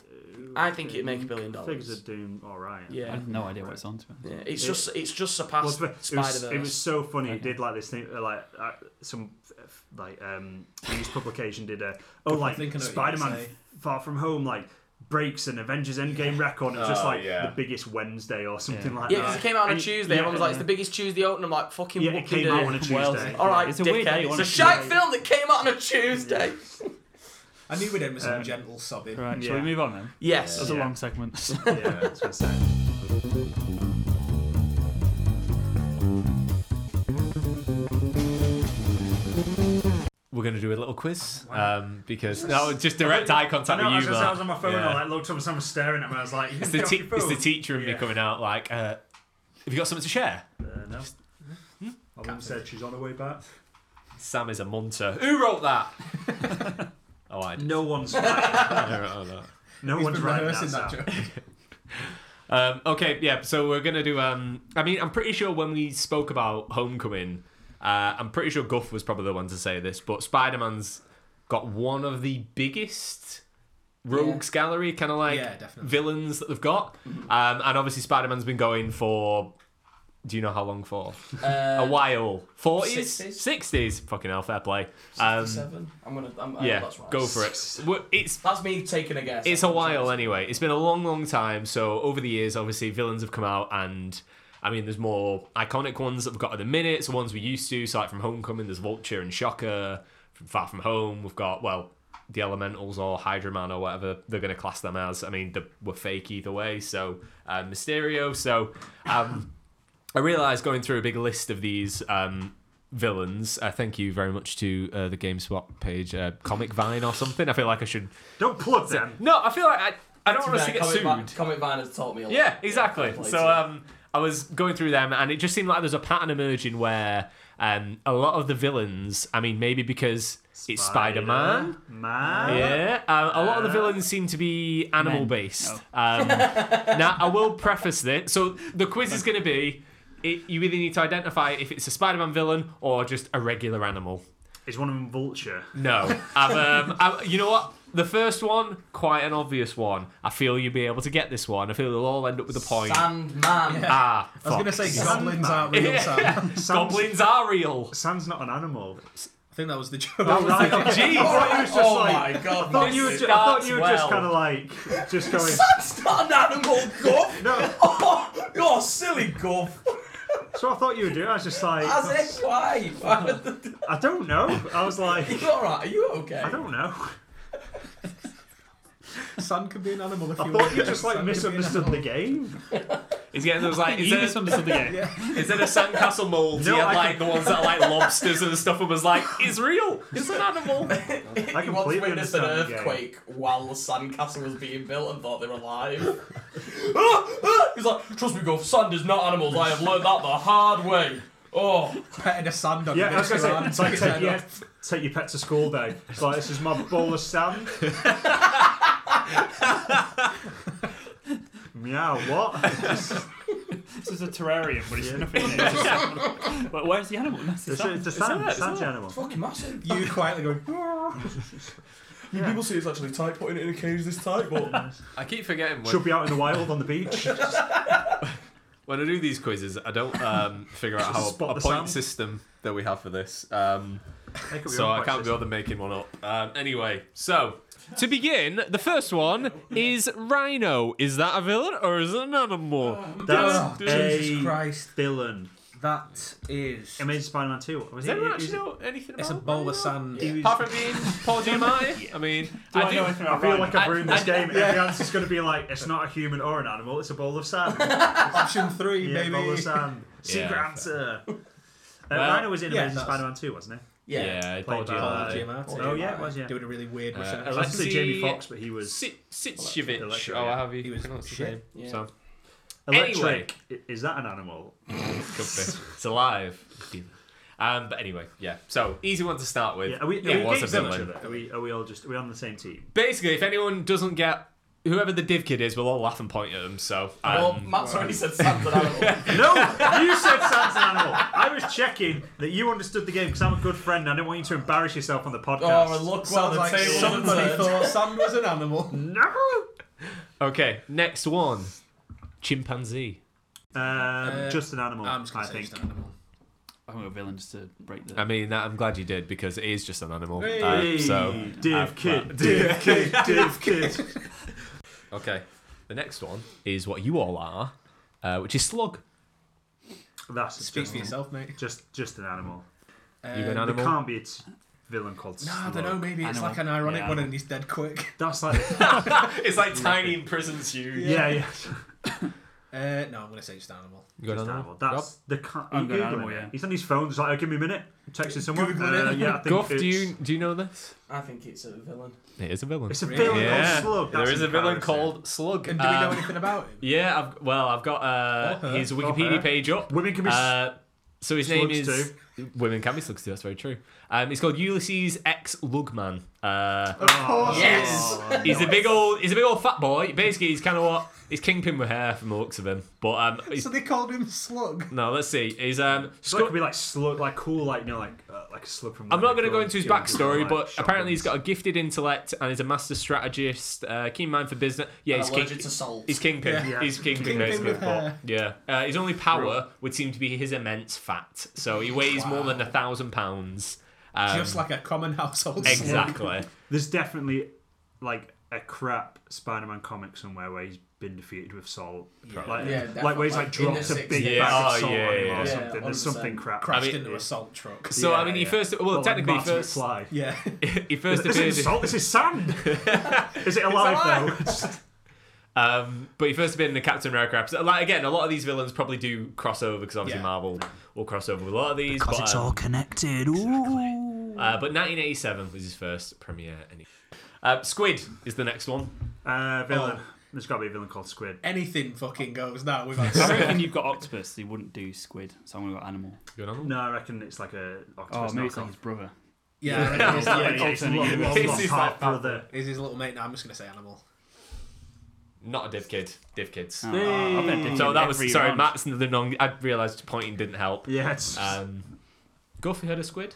I think it'd make a billion Figures dollars. are doing all right. Yeah. I have no idea what it's on, to be honest. Yeah, it's just- it's just surpassed well, it was, Spider-Verse. it was so funny. It did like this thing, uh, like uh, some uh, like um news publication did a oh Good for like thinking of it, you Spider-Man say. Far From Home like breaks an Avengers Endgame record. It was just Oh, like yeah. the biggest Wednesday or something yeah, like that. because it came out on a And- Tuesday. yeah, Everyone was like, "It's the and- biggest Tuesday out," and I'm like, "Fucking Yeah, it what came can out do?" on a Tuesday. Well, All right, it's it's a a weird day dickhead. on It's a a shite Tuesday. film that came out on a Tuesday. I knew we'd end with some Um, gentle sobbing. Right, shall we move on then? Yes. That was a Yeah. long *laughs* segment. yeah, that's *laughs* what I said. We're going to do a little quiz um, because that was just direct eye contact I know, with you. as I Mark. was on my phone, Yeah. I like *laughs* looked up and someone was staring at me. I was like, it's, the "Get te- off your it's the phone." teacher and me coming out like, uh, have you got something to share? Uh, no. My mum said she's on her way *laughs* back. Sam is a munter. Who wrote that? *laughs* *laughs* oh, I did. No one's. Oh, no. No He's one's been writing rehearsing that, that Sam. Um, okay, yeah. So we're gonna do. Um, I mean, I'm pretty sure when we spoke about Homecoming, uh, I'm pretty sure Guff was probably the one to say this, but Spider-Man's got one of the biggest rogues gallery, kind of like Yeah, definitely. villains that they've got. Um, and obviously, Spider-Man's been going for. Do you know how long for? Uh, a while. 40s, 60s? 60s. Fucking hell, fair play. Um, Seven. I'm gonna. I'm, I- yeah, that's right. go for it. Well, It's that's me taking a guess. it's a while anyway. It's been a long, long time. So over the years, obviously, villains have come out, and I mean, there's more iconic ones that we've got at the minute. So ones we're used to, so like from Homecoming, there's Vulture and Shocker. From Far From Home, we've got well, the Elementals or Hydra Man or whatever they're going to class them as. I mean, they were fake either way. So uh, Mysterio. So. Um, I realised going through a big list of these um, villains. Uh, thank you very much to uh, the GameSpot page, uh, Comic Vine or something. I feel like I should. Don't plug them. No, I feel like I. I don't To want us be to get fair, sued. Comic Vine- Comic Vine has taught me a lot. Yeah, exactly. fair play to So you. um, I was going through them, and it just seemed like there's a pattern emerging where um, a lot of the villains. I mean, maybe because it's Spider Man. Man. Yeah, um, a lot of the villains seem to be animal based. Um, now, I will preface this. So the quiz is going to be: it, you either need to identify if it's a Spider-Man villain or just a regular animal. Is one of them vulture? No, I've, um, I, you know what? The first one, quite an obvious one. I feel you'll be able to get this one. I feel they'll all end up with a point. Sandman. Ah, I was gonna fuck. say goblins aren't real, Sam. Sam's- Goblins are real. Sam's not an animal. I think that was the joke. Oh, right. Jeez. I thought you was just Oh like, my *laughs* God, I thought you, were this ju- I thought starts you were just well. kind of like, *laughs* just going. That's not an animal, *laughs* Guff. no. *laughs* Oh, you're silly, Guff. So I thought you were doing. I was just like, As *laughs* if *laughs* why? I don't know. I was like, *laughs* you all right? Are you okay? I don't know. sand can be an animal if I you thought want. you just, like, misunderstood the game. He's getting those like. Is You there, misunderstood the game. Is there a sandcastle mold? No, No, I- like the ones that are like lobsters and stuff. And was like, it's real. It's an animal. I you once completely witnessed an understand the game. earthquake while the sandcastle was being built and thought they were alive. *laughs* Ah, ah! He's like, trust me, Gov, sand is not animals. I have learned that the hard way. Oh, petting a sand Yeah, I was gonna say, it's like take your, take your pet to school day. It's like this is my bowl *laughs* of sand. Meow, what? This is a terrarium, but it's nothing. In it. It's just- but where's the animal? No, it's the It's- sand. it's the sand- there, sand there. animal. fucking massive. You quietly going. You People see it's actually tight putting it in a cage this tight, but I keep forgetting. Should be out in the wild on the beach. When I do these quizzes, I don't um, figure out how Spot the a point sound. system that we have for this. Um, Make up your so own I point can't be system. bothered making one up. Um, anyway, so to begin, the first one is Rhino. Is that a villain or is it an animal? Um, That's a Christ. villain. That is. Amazing Spider-Man Two. Was it- Does anyone is actually it- know anything It's about a bowl of sand. He was- Apart from being *laughs* Paul Giamatti, I mean, Do I, know anything about feel like I've ruined this game. Every Yeah. answer's going to be like, it's not a human or an animal, it's a bowl of sand. Option three, yeah, baby. bowl of sand. Secret Yeah. answer. Uh, Well, Rhino was in yeah, Amazing that's- Spider-Man 2, wasn't he? Yeah. Yeah, Played Paul by- Giamatti. Paul Oh, yeah, Giamatti. it was, yeah. Doing a really weird Russian Uh, accent. Alexei Alexei- Jamie Foxx, but he was... Si- Sitchevich, Electric, or yeah. however you He was pronounce his shit. name. Yeah. So, Anyway. Electric. I- Is that an animal? Could be. *laughs* It's alive. Um, but anyway, yeah. So easy one to start with. Yeah, are we, are it we was a against each villain. other? Are we, are we all just... Are we on the same team? *laughs* Basically, if anyone doesn't get whoever the div kid is, we'll all laugh and point at them. So um, well, Matt's *laughs* already said sand's an animal. No, you said sand's an animal. I was checking that you understood the game because I'm a good friend. and I didn't want you to embarrass yourself on the podcast. Oh, and look well, Sounds the like table somebody *laughs* turned. thought sand was an animal. no. *laughs* okay, next one, chimpanzee. Um, just an animal. i think. I'm a villain just to break the. I mean, that, I'm glad you did because it is just an animal. Hey, Uh, so div uh, kid, *laughs* well, div kid, div *laughs* kid. Okay, the next one is what you all are, uh, which is slug. That's Speak just, for yourself, mate. just just an animal. You an Um, There animal? can't be a t- villain called. I don't know. Maybe it's Animal. like an ironic Yeah, one, animal. and he's dead quick. That's *laughs* like. it's like tiny in prison huge. yeah, yeah. Uh, no, I'm gonna say just animal. You got Just an an animal. animal. That's the. Ca- I'm you going Googling animal, it. yeah. He's on his phone. He's like, oh, give me a minute. I'm texting someone. Googling uh, it. Yeah, I think Goff, do it's- you do you know this? I think it's a villain. It is a villain. It's a villain yeah, called Slug. there That's is a villain embarrassing. called Slug. And do we know Um, anything about him? *laughs* Yeah, I've, well, I've got uh, Or her. his Or her. Wikipedia page up. Women can be s- Uh, so his name slugs is women can be slugs too. That's very true. Um, he's called Ulysses X Lugman. Uh, Yes! he's a big old, he's a big old fat boy. Basically, he's kind of what he's kingpin with hair from the looks of him. But um, he's, So they called him Slug. no, let's see. He's um, So it Scot- could be like slug, like cool, like you know, like uh, like a slug from. I'm like, not going to Bill go into his Gates with, backstory, like, but apparently he's got shotguns. a gifted intellect and he's a master strategist, uh, keen mind for business. Yeah, And he's allergic king. to salt. He's kingpin. Yeah. He's kingpin, Kingpin basically. with hair. But, yeah, uh, his only power would seem to be his immense fat. So he weighs more than a thousand pounds. Um, Just like a common household slug. exactly. There's definitely like a crap Spider-Man comic somewhere where he's been defeated with salt. Like, Yeah, like where he's like definitely. dropped In a the big 60s. bag Yeah. of salt Oh, yeah, on him or yeah. something. Yeah, There's something 100%. crap. Crashed I mean- into a salt truck. So I mean, he first well, Or, technically like, he first Fly. Yeah. *laughs* *laughs* he first This appeared. isn't salt. This is *laughs* sand. is it alive, alive. though? It's- Um, but he first appeared in the Captain America episode. Like again, a lot of these villains probably do cross over because obviously Yeah. Marvel will cross over with a lot of these. but, um, connected. Ooh. Uh, but 1987 was his first premiere. And he... uh, Squid is the next one. *laughs* uh, villain. Oh. There's got to be a villain called Squid. Anything fucking goes now. We've had I reckon you've got octopus. They wouldn't do squid, so I'm gonna go animal. Oh, Good on them. No, I reckon it's like a Oh, octopus maybe it's like knockoff. his brother. yeah, I reckon it's Yeah, like- yeah, it's alternate lo- universe. lo- lost It's half like- brother. Is his little mate? No, I'm just gonna say animal. Not a div kid. Div kids. Oh, I bet they So did that was every sorry, one. Matt's the non. I realised pointing didn't help. Yeah, it's. Um, Guff, you heard of Squid?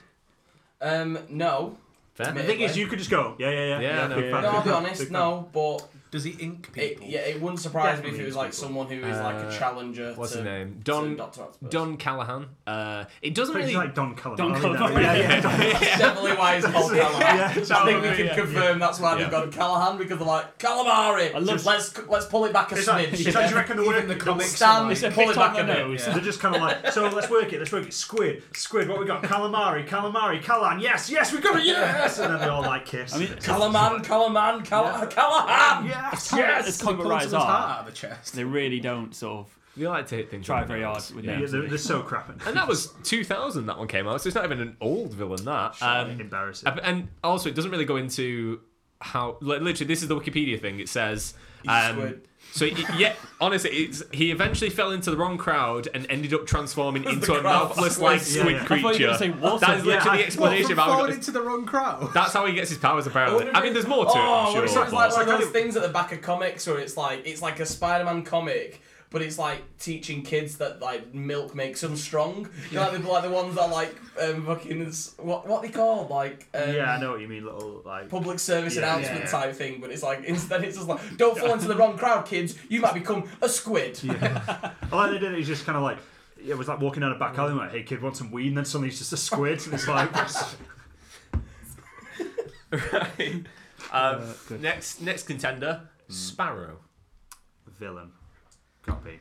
Um, no. Fair. The thing is, you could just go, yeah, yeah, yeah. Yeah, no, big yeah. fan, No, big I'll be fan, honest, big no, but Does he ink it, people? yeah, it wouldn't surprise me if it Definitely was like people. someone who is like a Uh, challenger What's to, his name? to Don Dr. Octopus. Don Callahan. Uh, it doesn't But really. it's like Don Cullen. Don I mean, Cullen. that- Yeah, yeah. Don- Definitely why he's called Callahan. Yeah, I think we can yeah, confirm that's why Yeah. they've gone Callahan because they're like calamari. I love- let's let's pull it back a It's like, smidge. it's like, do you reckon the word Even the comics Stan, It's a pull bit it back on a the bit. nose. They're just kind of like, so let's work it, let's work it. Squid, squid, what we got? Calamari, calamari, Callan, yes, yes, we got it, yes! And then they all like kiss. I mean, Callaman, Callaman, Cal- Callahan. Yes, Yes! as They clever pull as someone's heart are, out of a chest. They really don't sort of. You like to hit things. Try with very hard villains. with Yeah. them. Yeah, they're- they're so crap. And that was 2000 that one came out, so it's not even an old villain that. Um, Embarrassing. And also, it doesn't really go into how. li- Literally, this is the Wikipedia thing. It says. Um, squid. so it- yeah, honestly, it's, he eventually fell into the wrong crowd and ended up transforming It was into the a crowd. mouthless like Yeah, squid yeah. I thought you were creature. gonna say water. That is literally Yeah, I- the explanation What, of from how. falling into the wrong crowd. That's how he gets his powers apparently. I mean, there's more to it. oh, I'm sure, it's like, but- like one of those things at the back of comics where it's like it's like a Spider-Man comic, but it's like teaching kids that like milk makes them strong. You know, like, the, like the ones that like um, fucking is- what what they called like um, yeah, I know what you mean. Little like public service Yeah, announcement yeah. type thing, but it's like instead it's just like don't fall into the wrong crowd, kids. You might become a squid. *laughs* I like they did it. He's just kind of like it was like walking down a back alley. and Like, hey kid, want some weed? And then suddenly he's just a squid. And it's like *laughs* what's- *laughs* Um, next, next contender, Sparrow. villain copy.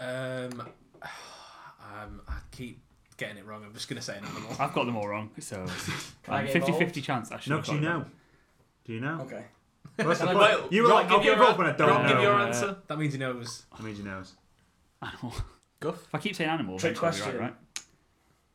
Um, *sighs* um, I keep getting it wrong. I'm just gonna say an animal. I've got them all wrong, so Can I um, get 50-50 involved? chance. I should No, have 'cause you got it. know. Do you know? Okay. Well, that's the Can I point. vote? You were Rob, like, give I'll get your involved an- when I don't Rob, know. give your Uh, answer. That means he knows. That means he knows. Animal. Guff. If I keep saying animal, Trick eventually I'll be question. Right, right?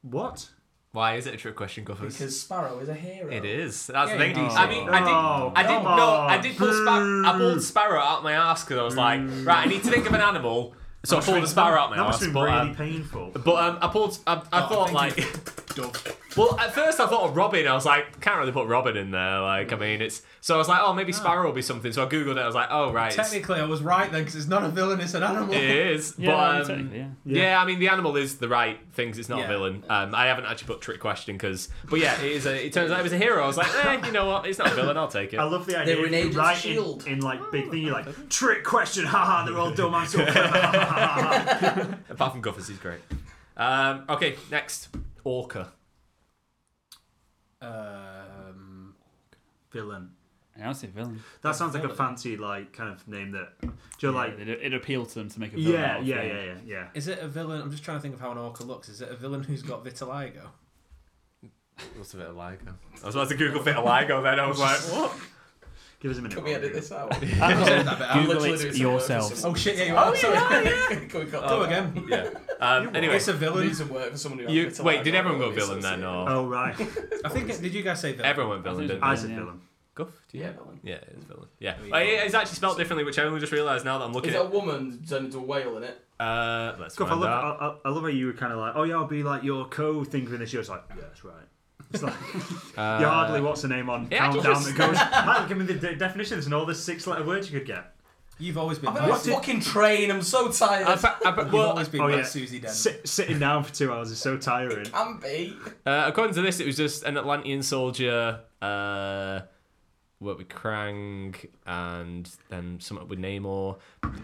What? Why is it a trick question, Guffers? Because Sparrow is a hero. It is. That's Yeah, the thing. you do I mean, so. I did. Oh, I did. come No, I on. did pull. Spar- I pulled sparrow out my ass because I was like, right, I need to think of an animal. So I pulled a sparrow out my That ass. must have been but, really um, painful. but um, I pulled. I, I thought like. *laughs* well, at first I thought of Robin. I was like, can't really put Robin in there. Like, I mean, it's. So I was like, oh, maybe Sparrow will be something. So I googled it. I was like, oh, right. it's- Technically, I was right then because it's not a villain; it's an animal. It is, but um, yeah. Yeah. I mean the animal is the right things. It's not a Yeah. villain. Um, I haven't actually put trick question because, but yeah, it is. A, it turns out it was a hero. I was like, eh, you know what? It's not a villain. I'll take it. I love the idea. of you write E in- In, like big thing, you're like trick question. Haha, they're all dumb. I'm so clever. Apart from Guffers, he's great. Um, okay, next orca. Um, *laughs* villain. Yeah, I'll say villain. That sounds like a fancy like kind of name that. Do you Yeah, like? it, it appealed to them to make a villain. Yeah, out of yeah, it. yeah, yeah, yeah. Is it a villain? I'm just trying to think of how an orca looks. Is it a villain who's got vitiligo? What's a bit of Ligo? I was about to Google bit of Ligo. Then I was like, what? Give us a minute. Can we edit this *laughs* out? Google it yourself. Oh shit! Yeah, you Oh, are. you Sorry. are, yeah. *laughs* Go Go again. *laughs* Yeah. Um, anyway, It's a villain. Do some work for somebody. who You, has vitiligo. wait, did everyone go villain then? Or *laughs* Oh right. I think. Did you guys say villain? everyone went villain? Didn't I they? said villain. Guff? Do you? Yeah, villain. Yeah, it's villain. Yeah, Oh, yeah, it's actually spelled differently, which I only just realised now that I'm looking Is at. it a woman turned into a whale in it? Uh, let's Guff, I find love, out. I, I- I love how you were kind of like, oh yeah, I'll be like your co-thinker in this year. It's like, yeah, that's right. It's like *laughs* Uh, you hardly what's the name on yeah, I countdown just- that *laughs* goes. Matt, give me the de- definitions and all the six-letter words you could get. You've always been. I've been on a What did- fucking train. I'm so tired. I, I, You've uh, well, always been oh, like yeah. Susie Dent. Sit, sitting down for two hours is so *laughs* tiring. Can be. Uh, according to this, it was just an Atlantean soldier, uh, worked with Krang, and then something with Namor.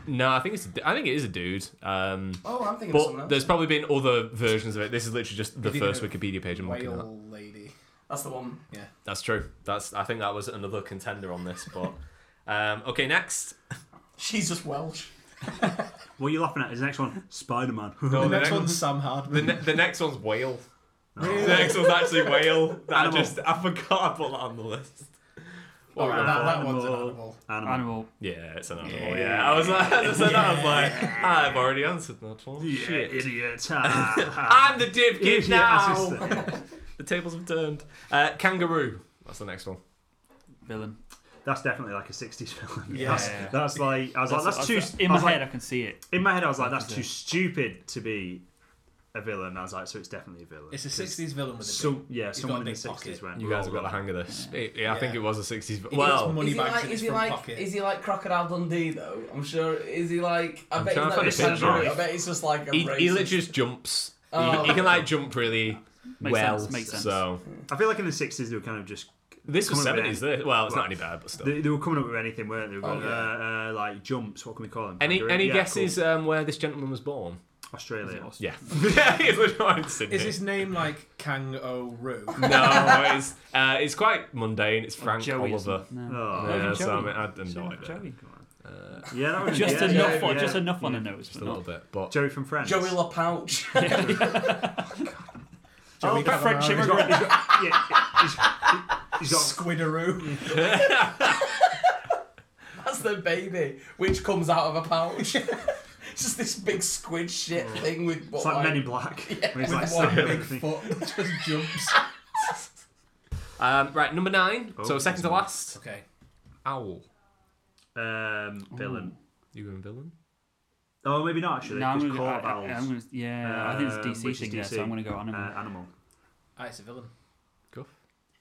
No, I think it's I think it is a dude. Um, Oh, I'm thinking of someone but else. there's probably been other versions of it. This is literally just the Maybe first the Wikipedia page I'm looking at. Whale lady. That's the one. Yeah. That's true. That's I think that was another contender on this. But um, okay, next. She's just Welsh. What are you laughing at? Is the next one Spider-Man? *laughs* No, *laughs* The the next next- one's Sam The, Hardman. ne- the next one's whale. The next one's actually whale. I Animal. just I forgot I put that on the list. All right, that, that one's an Animal. animal. Animal. Animal. Yeah, it's an animal. Yeah, I was like, *laughs* as I said that, I was like, I've already answered that one. Yeah, Shit. *laughs* idiot. *laughs* Ah, ah. I'm the div kid Idiot now. assistant. *laughs* the tables have turned. Uh, kangaroo. That's the next one. Villain. That's definitely like a 60s film. *laughs* Yeah. That's, that's like, I was like, that's too. In I my was like- head, I can see it. In my head, I was like, that's too stupid to be a villain. I was like, so it's definitely a villain. It's a '60s villain with a Some, big- yeah, he's got someone a in the big 60s pocket. went. You guys have got the "Roll." hang of this. It- yeah, I think Yeah. it was a 60s. He well, gets money Is he bags like? in Is his he front like? pocket. Is he like Crocodile Dundee though? I'm sure. Is he like? I I'm bet he's trying to not just find a a picture of jury. I it. bet he's just like a he, racist. he literally just jumps. He- Oh. he, can like jump really Makes well. sense, makes sense. So I feel like in the 60s, they were kind of just. this was coming up with 70s. any- This. Well, it's Well, not any bad, but still. They, they were coming up with anything, weren't they? They were Oh, going, uh, uh, like jumps, what can we call them? any Kangaroo? any Yeah, guesses uh, cool. um, where this gentleman was born? Australia. *laughs* Yeah. *laughs* yeah, he's literally in Sydney. Is his name like Kang O Roo? *laughs* no, it's uh, it's quite mundane. It's Frank Joey, isn't Oliver. it? No. Oh. Yeah, Joey. so I mean, I had no Joey. idea. Joey. Yeah, that *laughs* was Just yeah, enough, yeah, on, yeah. just enough on the nose. Just a little bit, but Joey from Friends. Joey LaPouch. *laughs* Joey Oh, French Calamari. He's immigrant. got, he's got, yeah, he's, he's got *laughs* Squidaroo. That's their baby, which comes out of a *laughs* pouch. it's just this big squid shit Mm. thing with. It's like Men in Black. Yeah, Where he's like with staring one at big everything. foot that *laughs* just jumps. Ah, Um, right, number nine. Oh, so second to that's one. last. Okay. Owl. Um, villain. You going villain? Oh, maybe not actually. No, I'm 'cause gonna- Court of I- I- Owls, I'm gonna- yeah, I think it's um, DC which is thing there, so I'm gonna go animal. Uh, animal. Ah, it's a villain.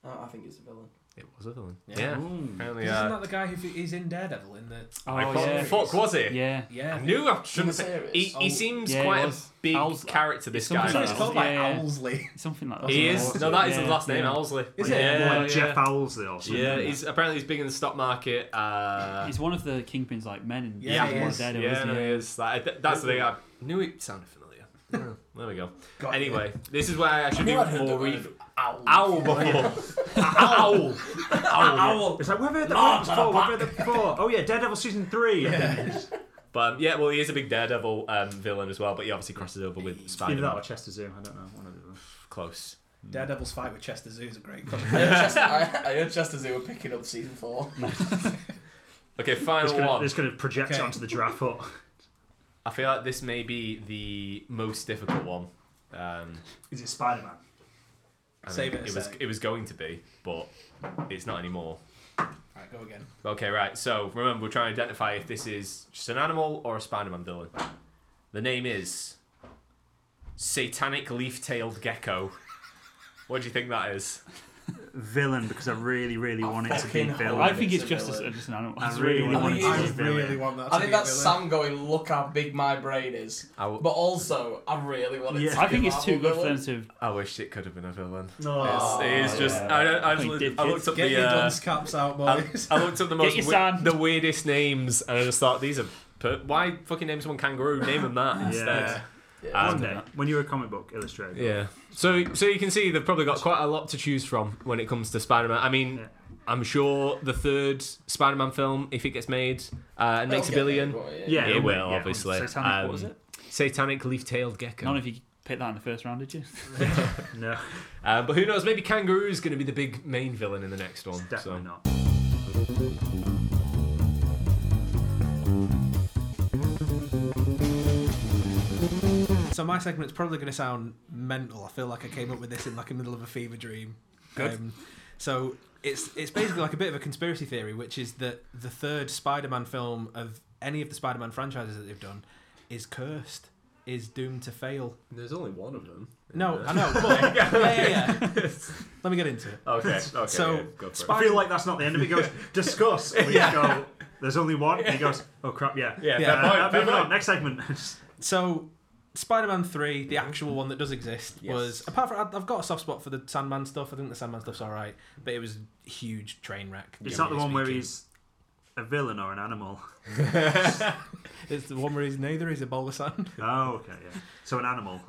Oh, I think it's a villain. It was a villain. Yeah. Yeah. Ooh. Apparently, Isn't uh, that the guy who is in Daredevil in the? Oh, I thought- fuck, was he? Yeah. Yeah. I knew I shouldn't In the say. series. He, he Oh, seems yeah, he quite a was. big Owls- character. This guy. something He's that. called, like, Yeah. Owlsley. *laughs* Something like that. He is. No, that is his Yeah, last name, yeah. Owlsley. Is it? Yeah, Like yeah. Jeff Owlsley or something Yeah, like he's apparently he's big in the stock market. Uh, He's one of the Kingpin's like men in yeah, Shaun he of is. the Dead, yeah, isn't no, he? he is. That- I- that's the thing. I knew it sounded familiar. Yeah, there we go. anyway, this is where I should do more re- owl. Owl before. owl. Owl. It's like we've heard that Lords before. on a We've heard that before. Oh yeah, Daredevil season three. *laughs* But um, yeah, well, he is a big Daredevil um, villain as well. But he obviously crosses over with Either that or Spider-Man. Chester Zoom. I don't know. One of the other. Close. Daredevil's fight with Chester Zoo is a great. I heard Chester- *laughs* I I heard Chester Zoo were picking up season four. Okay, It's final gonna, one. It's going to project Okay. onto the giraffe hut. I feel like this may be the most difficult one. Um, Is it Spider Man? I mean, Save it a was sec. it was going to be, but it's not anymore. Alright, go again. Okay, right. So remember, we're trying to identify if this is just an animal or a Spider-Man villain. The name is Satanic Leaf-tailed Gecko. What do you think that is? Villain, because I really, really want it to be fucking villain. hope I think it's it's a just a, villain. just an animal. I really want want it it to be to a be villain. villain. want that to I think be a that's villain. Sam going, look how big my brain is. I w- but also, I really want it to I be think a it's too Marvel good for villain. them to. I wish it could have been a villain. No. Oh, It's- it Oh, is just. I, don't, I, just Like looked, I looked up Get the. your Uh, dunce caps out, *laughs* I, boys. I looked up the Get most your we- sand. the weirdest names, and I just thought these are. Per- why fucking name someone kangaroo? Name *laughs* them that instead. One Um, day, when you're a comic book illustrator. Yeah. So so you can see they've probably got quite a lot to choose from when it comes to Spider-Man. I mean, I'm sure the third Spider-Man film, if it gets made, uh, and makes a It'll get billion, made, won't it? Yeah, it, it'll will make- yeah, obviously. Um, Satanic, what was it? Satanic leaf-tailed gecko. None of you picked that in the first round, did you? *laughs* No, Uh, but who knows? Maybe Kangaroo is going to be the big main villain in the next *laughs* one. so. definitely not. So my segment's probably going to sound mental. I feel like I came up with this in like the middle of a fever dream. Good. Um, so it's it's basically like a bit of a conspiracy theory, which is that the third Spider-Man film of any of the Spider-Man franchises that they've done is cursed, is doomed to fail. There's only one of them. No, I *laughs* know. But, yeah, yeah, yeah. Let me get into it. Okay. *laughs* Okay. So, yeah, go for it. Spider- I feel like that's not the end of it. It *laughs* Goes discuss. And we Yeah. go. There's only one. And he goes. Oh crap! Yeah. Yeah. Yeah. Fair Uh, point, fair moving on. point. Next segment. *laughs* So, Spider-Man Three, the actual one that does exist, Yes. was apart from I- I've got a soft spot for the Sandman stuff. I think the Sandman stuff's all right, but it was a huge train wreck. It's not the generally one where speaking. he's a villain or an animal. It's the one where he's neither. He's a bowl of sand, *laughs* Oh, okay. Yeah. So an animal.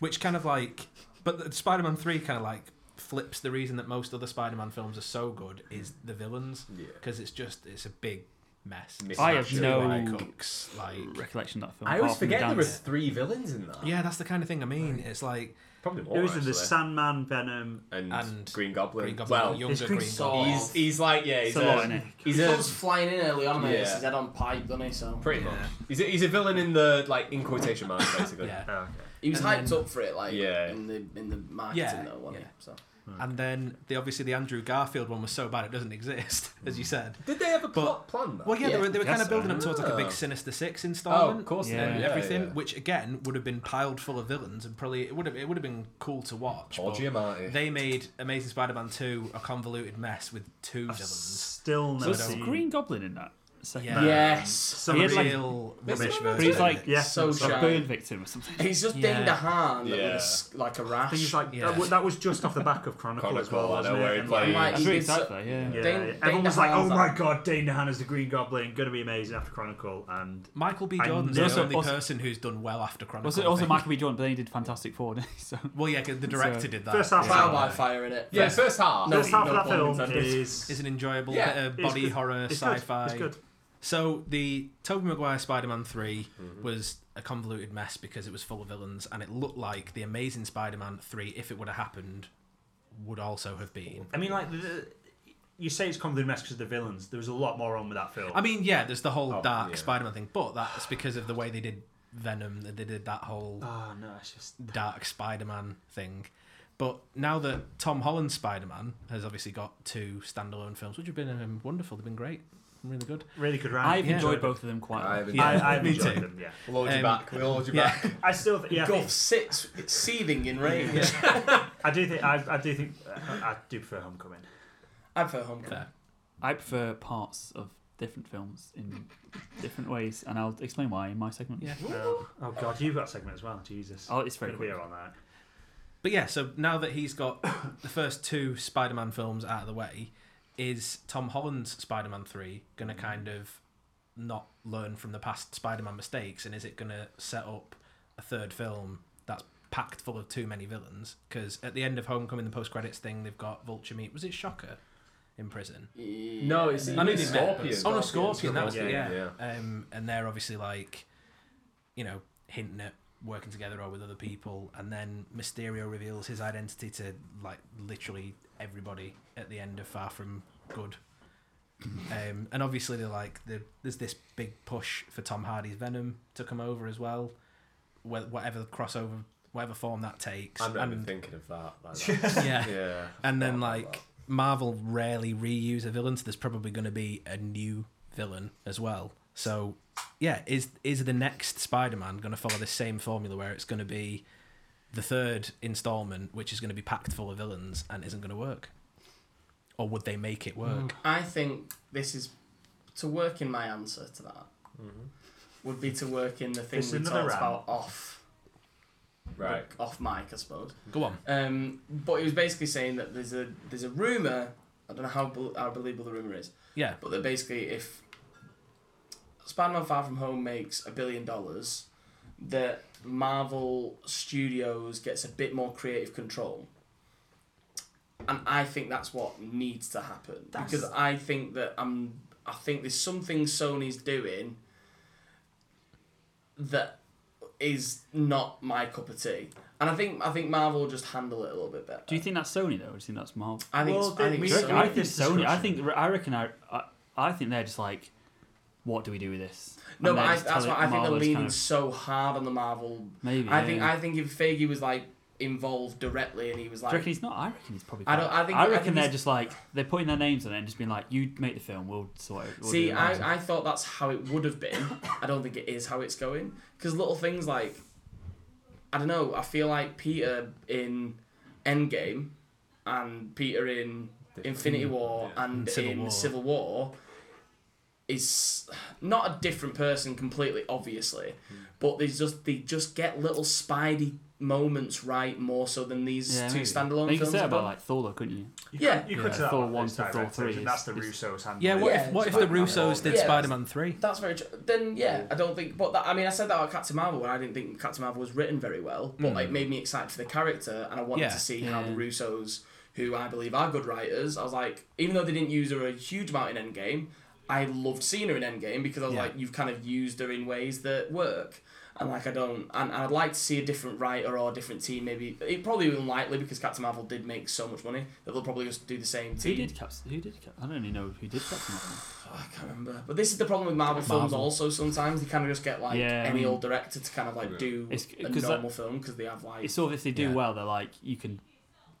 which kind of like, but the Spider-Man Three kind of like flips the reason that most other Spider-Man films are so good is the villains because it's just it's a big mess. I have no Cooks, like recollection of that film. I always apart from forget the there were dance. three villains in that. yeah, that's the kind of thing I mean. It's like Probably more. It was in actually. the Sandman, Venom. and, and Green Goblin. Green Goblin, Well, younger it's Green Chris Goblin. he's he's like yeah, he's uh, It's a lot, innit? he's He a comes flying in early on, and Yeah. he's dead on pipe, doesn't he? So pretty much. He's a, he's a villain in the like in *laughs* quotation marks basically. Yeah. Oh, okay. he was And hyped then- up for it, like Yeah. in the in the marketing Yeah, though, wasn't yeah. he? So hmm. And then the obviously the Andrew Garfield one was so bad it doesn't exist, *laughs* as you said. Hmm. Did they have a plot But- plan? Though? Well, yeah, Yeah, they were, they were I guess kind of building so. up towards like a Ah. big Sinister Six installment. Oh, of course they Yeah. and did, yeah, everything, yeah. which again would have been piled full of villains, and probably it would have it would have been cool to watch. Paul but Giamatti. They made Amazing Spider-Man Two a convoluted mess with 2 villains. Still So never it's seen. Green Goblin in that. Second Yeah. round. yes, Some He of had, like- the- Real It's rubbish not version. But he's like Yeah. so a burn shy. victim or something. He's just Yeah. dinged a hand Yeah. with a, s- like a rash. Things like Yeah. that, wa- that was just off the back of Chronicle, as well, Chronicle, I wasn't know, it? where he And, played- like, like, That's he really did sad so- though, yeah. yeah, Dane- yeah. Dane everyone was like, "Oh DeHaan's my like- god, Dane DeHaan is the Green Goblin, going to be amazing after Chronicle." And Michael B. I know- Jordan's the Also- only also- person who's done well after Chronicle. Also, I also think. Michael B. Jordan, but then he did Fantastic Four, *laughs* didn't he? So Well, yeah, 'cause the director did that. First half Yeah. Trial by fire in it. yeah, first half. No, first half no of that pun film intended. is, is an enjoyable Yeah. bit of is body good. horror, It's good. sci-fi. It's good. So the Tobey Maguire Spider-Man 3 Mm-hmm. was a convoluted mess because it was full of villains, and it looked like the Amazing Spider-Man 3, if it would have happened, would also have been. I mean, like, the, you say it's convoluted mess because of the villains. There was a lot more wrong with that film. I mean, yeah, there's the whole Oh, dark yeah. Spider-Man thing, but that's because of the way they did Venom. That they did that whole Ah, no, it's just dark Spider-Man thing. But now that Tom Holland's Spider-Man has obviously got two standalone films, which have been um, wonderful. They've been great, really good, Really good round. I've enjoyed both of them quite. I've enjoyed *laughs* them. I- I've Me enjoyed too. them, yeah. We'll hold you back. We'll hold you yeah. back. I still think yeah, I Golf think- sits seething in rage. *laughs* I do think I, I do think I, I do prefer Homecoming. I prefer Homecoming. I prefer parts of different films in different ways, and I'll explain why in my segment. Yeah. Um, oh god, you've got a segment as well. Jesus. Oh, it's very Gonna be quick. here on that. But yeah, so now that he's got *coughs* the first two Spider-Man films out of the way, is Tom Holland's Spider-Man three going to kind of not learn from the past Spider-Man mistakes, and is it going to set up a third film that's packed full of too many villains? Because at the end of Homecoming, the post-credits thing, they've got Vulture meet. Was it Shocker in prison? No, it's- I know they met. Scorpion. Oh no, Scorpion. Scorpion. That was it. Yeah, Yeah. yeah. Um, and they're obviously like, you know, hinting at working together or with other people, and then Mysterio reveals his identity to like literally everybody at the end of Far From Good. Um, and obviously, they're like, the there's this big push for Tom Hardy's Venom to come over as well, wh- whatever crossover, whatever form that takes. I'm not and, even thinking of that. Like that. yeah. Yeah. And then like Marvel rarely reuse a villain, so there's probably going to be a new villain as well. So yeah, is is the next Spider-Man going to follow the same formula where it's going to be the third installment, which is going to be packed full of villains and isn't going to work? Or would they make it work? I think this is to work in my answer to that would be to work in the thing This we talked another round? about off. Right. the- off mic, I suppose. Go on. Um, but he was basically saying that there's a there's a rumor. I don't know how bel- how believable the rumor is. Yeah. But that basically, if Spider-Man: Far From Home makes a billion dollars, that Marvel Studios gets a bit more creative control. And I think that's what needs to happen That's- because I think that I'm. I think there's something Sony's doing that is not my cup of tea, and I think I think Marvel will just handle it a little bit better. Do you think that's Sony though? Or do you think that's Marvel? I think Well, it's- I they- think we- it's Sony. I think This Sony. I discussion. think I reckon I, I I think they're just like, what do we do with this? No, And but they're I, just that's telling why I think they're Marvel's leaning kind of- so hard on the Marvel. Maybe, I yeah, think yeah. I think if Feige was like involved directly and he was Do you like, reckon he's not? I reckon he's probably. I don't. I think. I reckon think they're he's- just like they're putting their names on it and just being like, you make the film, we'll sort it. We'll See, do it I, I thought that's how it would have been. I don't think it is how it's going. Because little things like, I don't know, I feel like Peter in Endgame and Peter in Infinity War and Civil in War. Civil War is not a different person completely, obviously, Hmm. but they just they just get little Spidey moments right more so than these Yeah, two maybe. standalone But you could films. say have about done. like Thor, though, couldn't you? Yeah. You could Yeah, say that Thor about one those to Thor direct three. versions. Is, That's the is- Russos' hand. Yeah, what if Yeah, what if the Spider-Man. Russos did Yeah, that's- Spider-Man 3? That's very true. Then yeah, I don't think. But that, I mean, I said that about Captain Marvel when I didn't think Captain Marvel was written very well, but Mm. it made me excited for the character, and I wanted Yeah. to see Yeah. how the Russos, who I believe are good writers, I was like, even though they didn't use her a huge amount in Endgame, I loved seeing her in Endgame because I was Yeah. like, you've kind of used her in ways that work. And like I don't, and, and I'd like to see a different writer or a different team. Maybe it probably unlikely because Captain Marvel did make so much money that they'll probably just do the same Who team. did Captain? Who did Cap? I don't even know who did Captain Marvel. Oh, I can't remember. But this is the problem with Marvel, films. Marvel. Also, sometimes they kind of just get like Yeah, I any mean- old director to kind of like do It's- a 'cause that- normal film because they have like It's sort of if they do Yeah. well, they're like you can,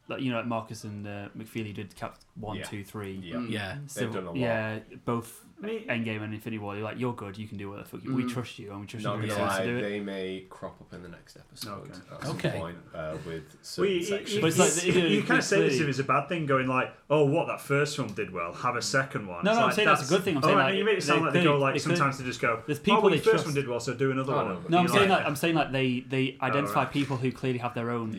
like you know, like Marcus and uh, McFeely did Cap one, Yeah. two, three. Yeah. Mm. Yeah. They've Civil- done a lot. Yeah, both Endgame and Infinity War. You're like, you're good. You can do what the fuck you. We Mm. trust you, and we trust Not your gonna resources lie, to do it. they may crop up in the next episode at some Okay. point uh, with certain We, sections. but it's like you, kind of say this is a bad thing, going like, "Oh, what that first film did well, have a second one." No, It's no, I'm like, saying that's a good thing. I'm Oh, saying, I know, like, you make it sound they- like they go they- like they- sometimes they just go. There's people oh, well, they the first trust. one did well, so do another Oh, one. no. And No, I'm you're saying like, like I'm saying like they *laughs* they identify right. people who clearly have their own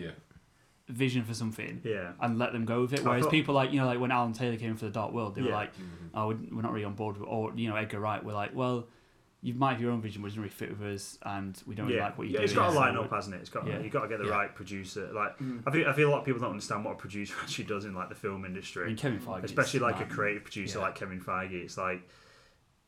vision for something. Yeah. And let them go with it. I Whereas thought- people like you know like when Alan Taylor came for the Dark World, they were Yeah. like, Mm-hmm. oh, we're we're not really on board. With, or you know Edgar Wright, we're like, well. You might have your own vision, but it doesn't really fit with us, and we don't really yeah. like what you yeah, do. it's got to so line we're- up, hasn't it? It's got Yeah. you've got to get the Yeah. right producer. Like Mm. I feel I feel a lot of people don't understand what a producer *laughs* actually does in like the film industry. I mean, Kevin Feige's especially like a mad. creative producer Yeah. like Kevin Feige. It's like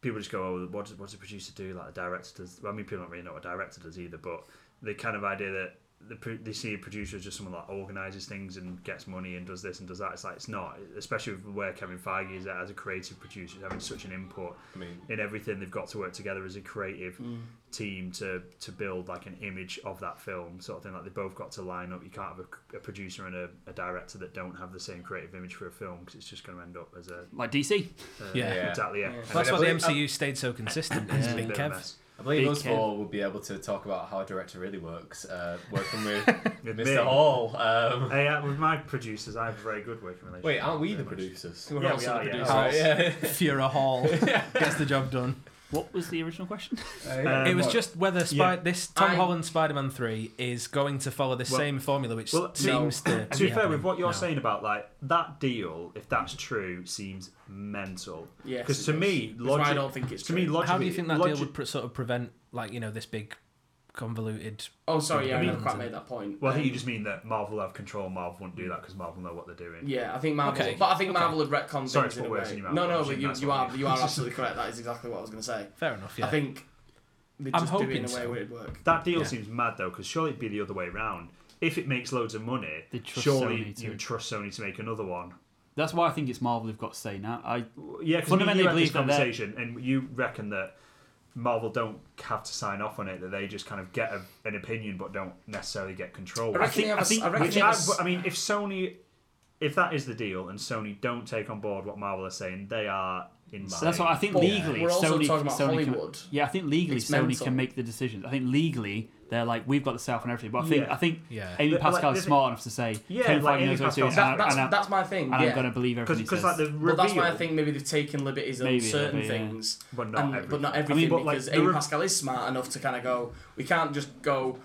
people just go, "Oh, what does what does a producer do?" Like a director does. Well, I mean, people don't really know what a director does either, but the kind of idea that the pro- they see a producer as just someone that organizes things and gets money and does this and does that. It's like it's not, especially with where Kevin Feige is at as a creative producer, having such an input I mean- in everything. They've got to work together as a creative Mm. team to to build like an image of that film, sort of thing. Like they both got to line up. You can't have a, a producer and a, a director that don't have the same creative image for a film because it's just going to end up as a like DC. Uh, Yeah. exactly. Yeah, Yeah. And That's I why the believe- MCU stayed so consistent. It's Yeah. Big Bit of a Kev. *laughs* mess. I believe Big us Kev. four would be able to talk about how a director really works. Uh, working *laughs* with With Mr. me. Hall. Um, *laughs* Hey, uh, with my producers, I have a very good working relationship. Wait, aren't we Very the much. producers? Yeah, We're we also the are, yeah. producers. House. Fura Hall gets the job done. What was the original question? *laughs* Um, Uh, it was just whether Spy- yeah. this Tom I- Holland Spider-Man three is going to follow the Well- same formula, which well, to- seems to. To be fair, happening with what you're now. saying about like that deal, if that's true, seems mental. Yes, Because it to does. me, That's why I logic, don't think it's to me, logically, how do you think that logic, deal would pre- sort of prevent, like you know, this big convoluted? *laughs* Oh, sorry, yeah, I never Convoluted- quite made that point. Well, I think you Um, just mean that Marvel have control. Marvel wouldn't do that because Marvel know what they're doing. Yeah, I think Marvel, but I think Marvel had retconned Sorry things to in put a words way. in your mouth, no, but I no, but think you, that's you what are I mean. *laughs* you are absolutely correct. That is exactly what I was going to say. Fair enough. I think they I'm just do hoping it in a way so. where it would work. That deal Yeah. seems mad though, because surely it'd be the other way around. If it makes loads of money, They trust surely Sony to- you would trust Sony to make another one. That's why I think it's Marvel who've got to say now. I Yeah, because fundamentally you had this believe that they're- conversation, and you reckon that Marvel don't have to sign off on it; that they just kind of get a, an opinion but don't necessarily get control. I reckon they have a s- I reckon which they have a s- but, I mean, if Sony, if that is the deal, and Sony don't take on board what Marvel are saying, they are insane. So that's what I think legally. we're also Sony, talking about Sony can- Hollywood. yeah, I think legally It's Sony mental. can make the decisions. I think legally they're like we've got the self and everything. But I think Yeah. I think Yeah. Amy But, like, Pascal the is thing- smart enough to say, Yeah, "Ken like, Feige knows Amy what he's doing, Pascal- and That- I- that's- and I- that's my thing, And yeah. I'm going to believe everything he says." like the Well, that's why I reveal- think maybe they've taken liberties on Maybe a certain little bit, yeah. things, But not and, but everything. not I mean, everything but, like, because the Amy re- Pascal is smart enough to kind of go. We can't just go.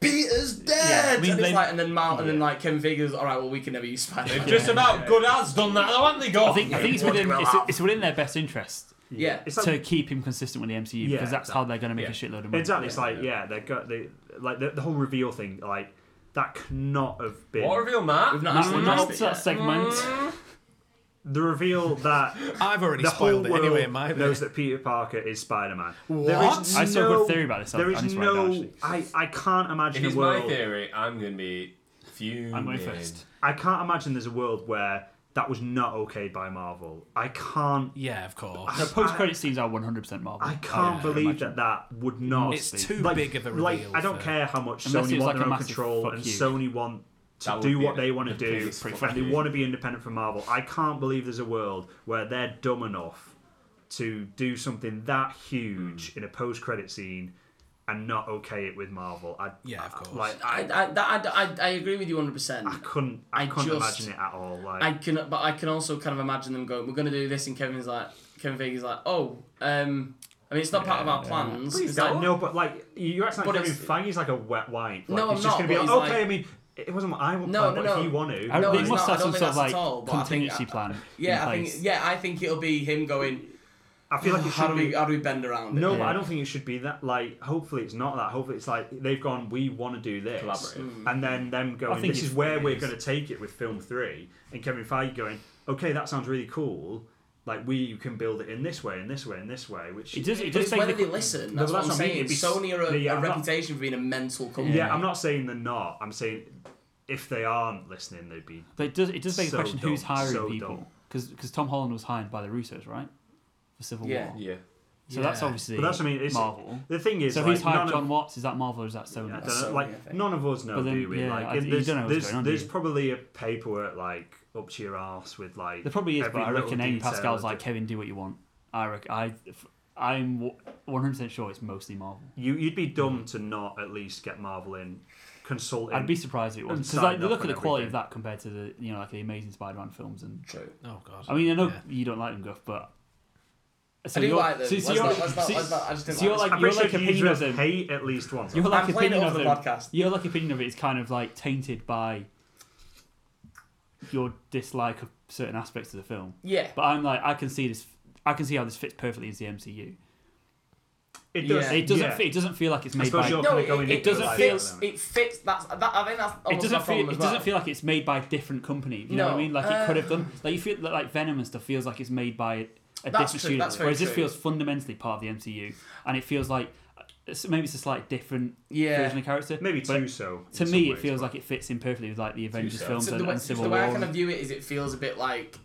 Peter's dead. I mean, and, it's they- like, and then Mal, and then like Kevin Feige goes, all right, well, we can never use Spider. They've just about Yeah. good as done that, haven't they? I think I think it's within it's, it's within their best interest. Yeah. It's to like- keep him consistent with the MCU Yeah, because that's how they're going to make a shitload of money. Exactly. It's like yeah, they got they like the, the whole reveal thing. Like that could not have been What reveal, Matt? We've not actually Matt, missed it that yet. Mm. The *laughs* reveal that I've already the spoiled it whole world anyway in my bit. knows that Peter Parker is Spider Man. What? I saw a good theory about this. There I is need to write it down, no. I, I can't imagine If it's a world. my theory, I'm going to be fuming. I can't imagine there's a world where that was not okayed by Marvel. I can't. Yeah, of course. The post-credit scenes are 100% Marvel. I can't believe that that would not. It's Must too like, big of a Like reveal I don't for- care how much Unless Sony it's want like a their own massive control fuck and you. Sony want That to would do be what the- they want to the do, biggest fuck and they you. want to be independent from Marvel. I can't believe there's a world where they're dumb enough to do something that huge Hmm. in a post-credit scene and not okay it with Marvel. I, yeah, of course. Like I, I, that, I, I, I agree with you 100%. I couldn't, I, couldn't imagine it at all. Like I can, but I can also kind of imagine them going, "We're going to do this," and Kevin's like, Kevin Feige's like, "Oh, um, I mean, it's not part of our plans." Please It's like- don't. No, but like you're acting But like Kevin it's- Feige's like a wet wipe. Like, No, he's I'm just not, gonna be but like, he's okay. like- I mean, it wasn't what I want. No, but no. If you want to, I, No, they it's must not. have some I sort don't think of that's like at all, but I think- uh, contingency plan. yeah, in I place. think, yeah, I think it'll be him going. I feel like it how should do we be- how do we bend around? it?" No, but I don't think it should be that. Like, hopefully it's not that. Hopefully it's like they've gone. We want to do this, Collaborative. and then them Mm. I going. think This it's- is where it we're is. going to take it with film three, and Kevin Feige going. Okay, that sounds really cool. Like we can build it in this way, and this way, and this way. Which It does- it But does it's take whether the- they listen. That's but what I'm I mean. saying. It'd be- Sony are a- yeah, a I'm not- reputation for being a mental company. Yeah, I'm not saying they're not. I'm saying if they aren't listening, they'd be. But it does it does beg so the question: Who's dumb, hiring so people? dumb. Because Tom Holland was hired by the Russos, right? For Civil Yeah. War. *laughs* Yeah. So that's Yeah. obviously But that's what I mean, it's- Marvel. the thing is, so like, who's hired none of- John Watts? Is that Marvel or is that Sony? I don't know, like none of us know, But then- do we? yeah, like, I- it- you there's, don't know what's there's, going on, do there's you? probably a paperwork like up to your ass with like. There probably is, every but I little reckon Amy detail Pascal's of like, Kevin, do what you want. I reckon I, f- I'm w- 100% sure it's mostly Marvel. the- You you'd Hmm. be dumb to not at least get Marvel in consulting. I'd be surprised if it and wasn't because sign like you up look at on the quality everything. of that compared to the you know like the amazing Spider-Man films and. True. Oh god. I mean, I know you don't like them, Guff, but. I do you're- like them. So, so Let's you're, not- let's not- so- let's not- I just didn't so you're like like them. I'm you're pretty like sure You'd opinion of have them. hate at least once. Your like I'm playing opinion it over of the them, podcast. Your like opinion of it is kind of like tainted by your dislike of certain aspects of the film. Yeah. But I'm like, I can see this. I can see how this fits perfectly into the MCU. It does- It doesn't. yeah. It doesn't feel like it's I made suppose by. you're No, kinda it, going it, into doesn't like- feel. It fits. That's that. I think that's. It almost doesn't my problem feel. as It well. doesn't feel like it's made by a different company. You know what I No, mean? Like it could have uh, done. Like you feel like Venom and stuff feels like it's made by a different That's true, studio. that's very Whereas this true. feels fundamentally part of the MCU, and it feels like it's- maybe it's a slight different Yeah. version of character. Maybe but too so, To in me, some it ways, feels like it fits in perfectly with like the Avengers films So and, the way, and Civil the way I War. kind of view it is it feels a bit like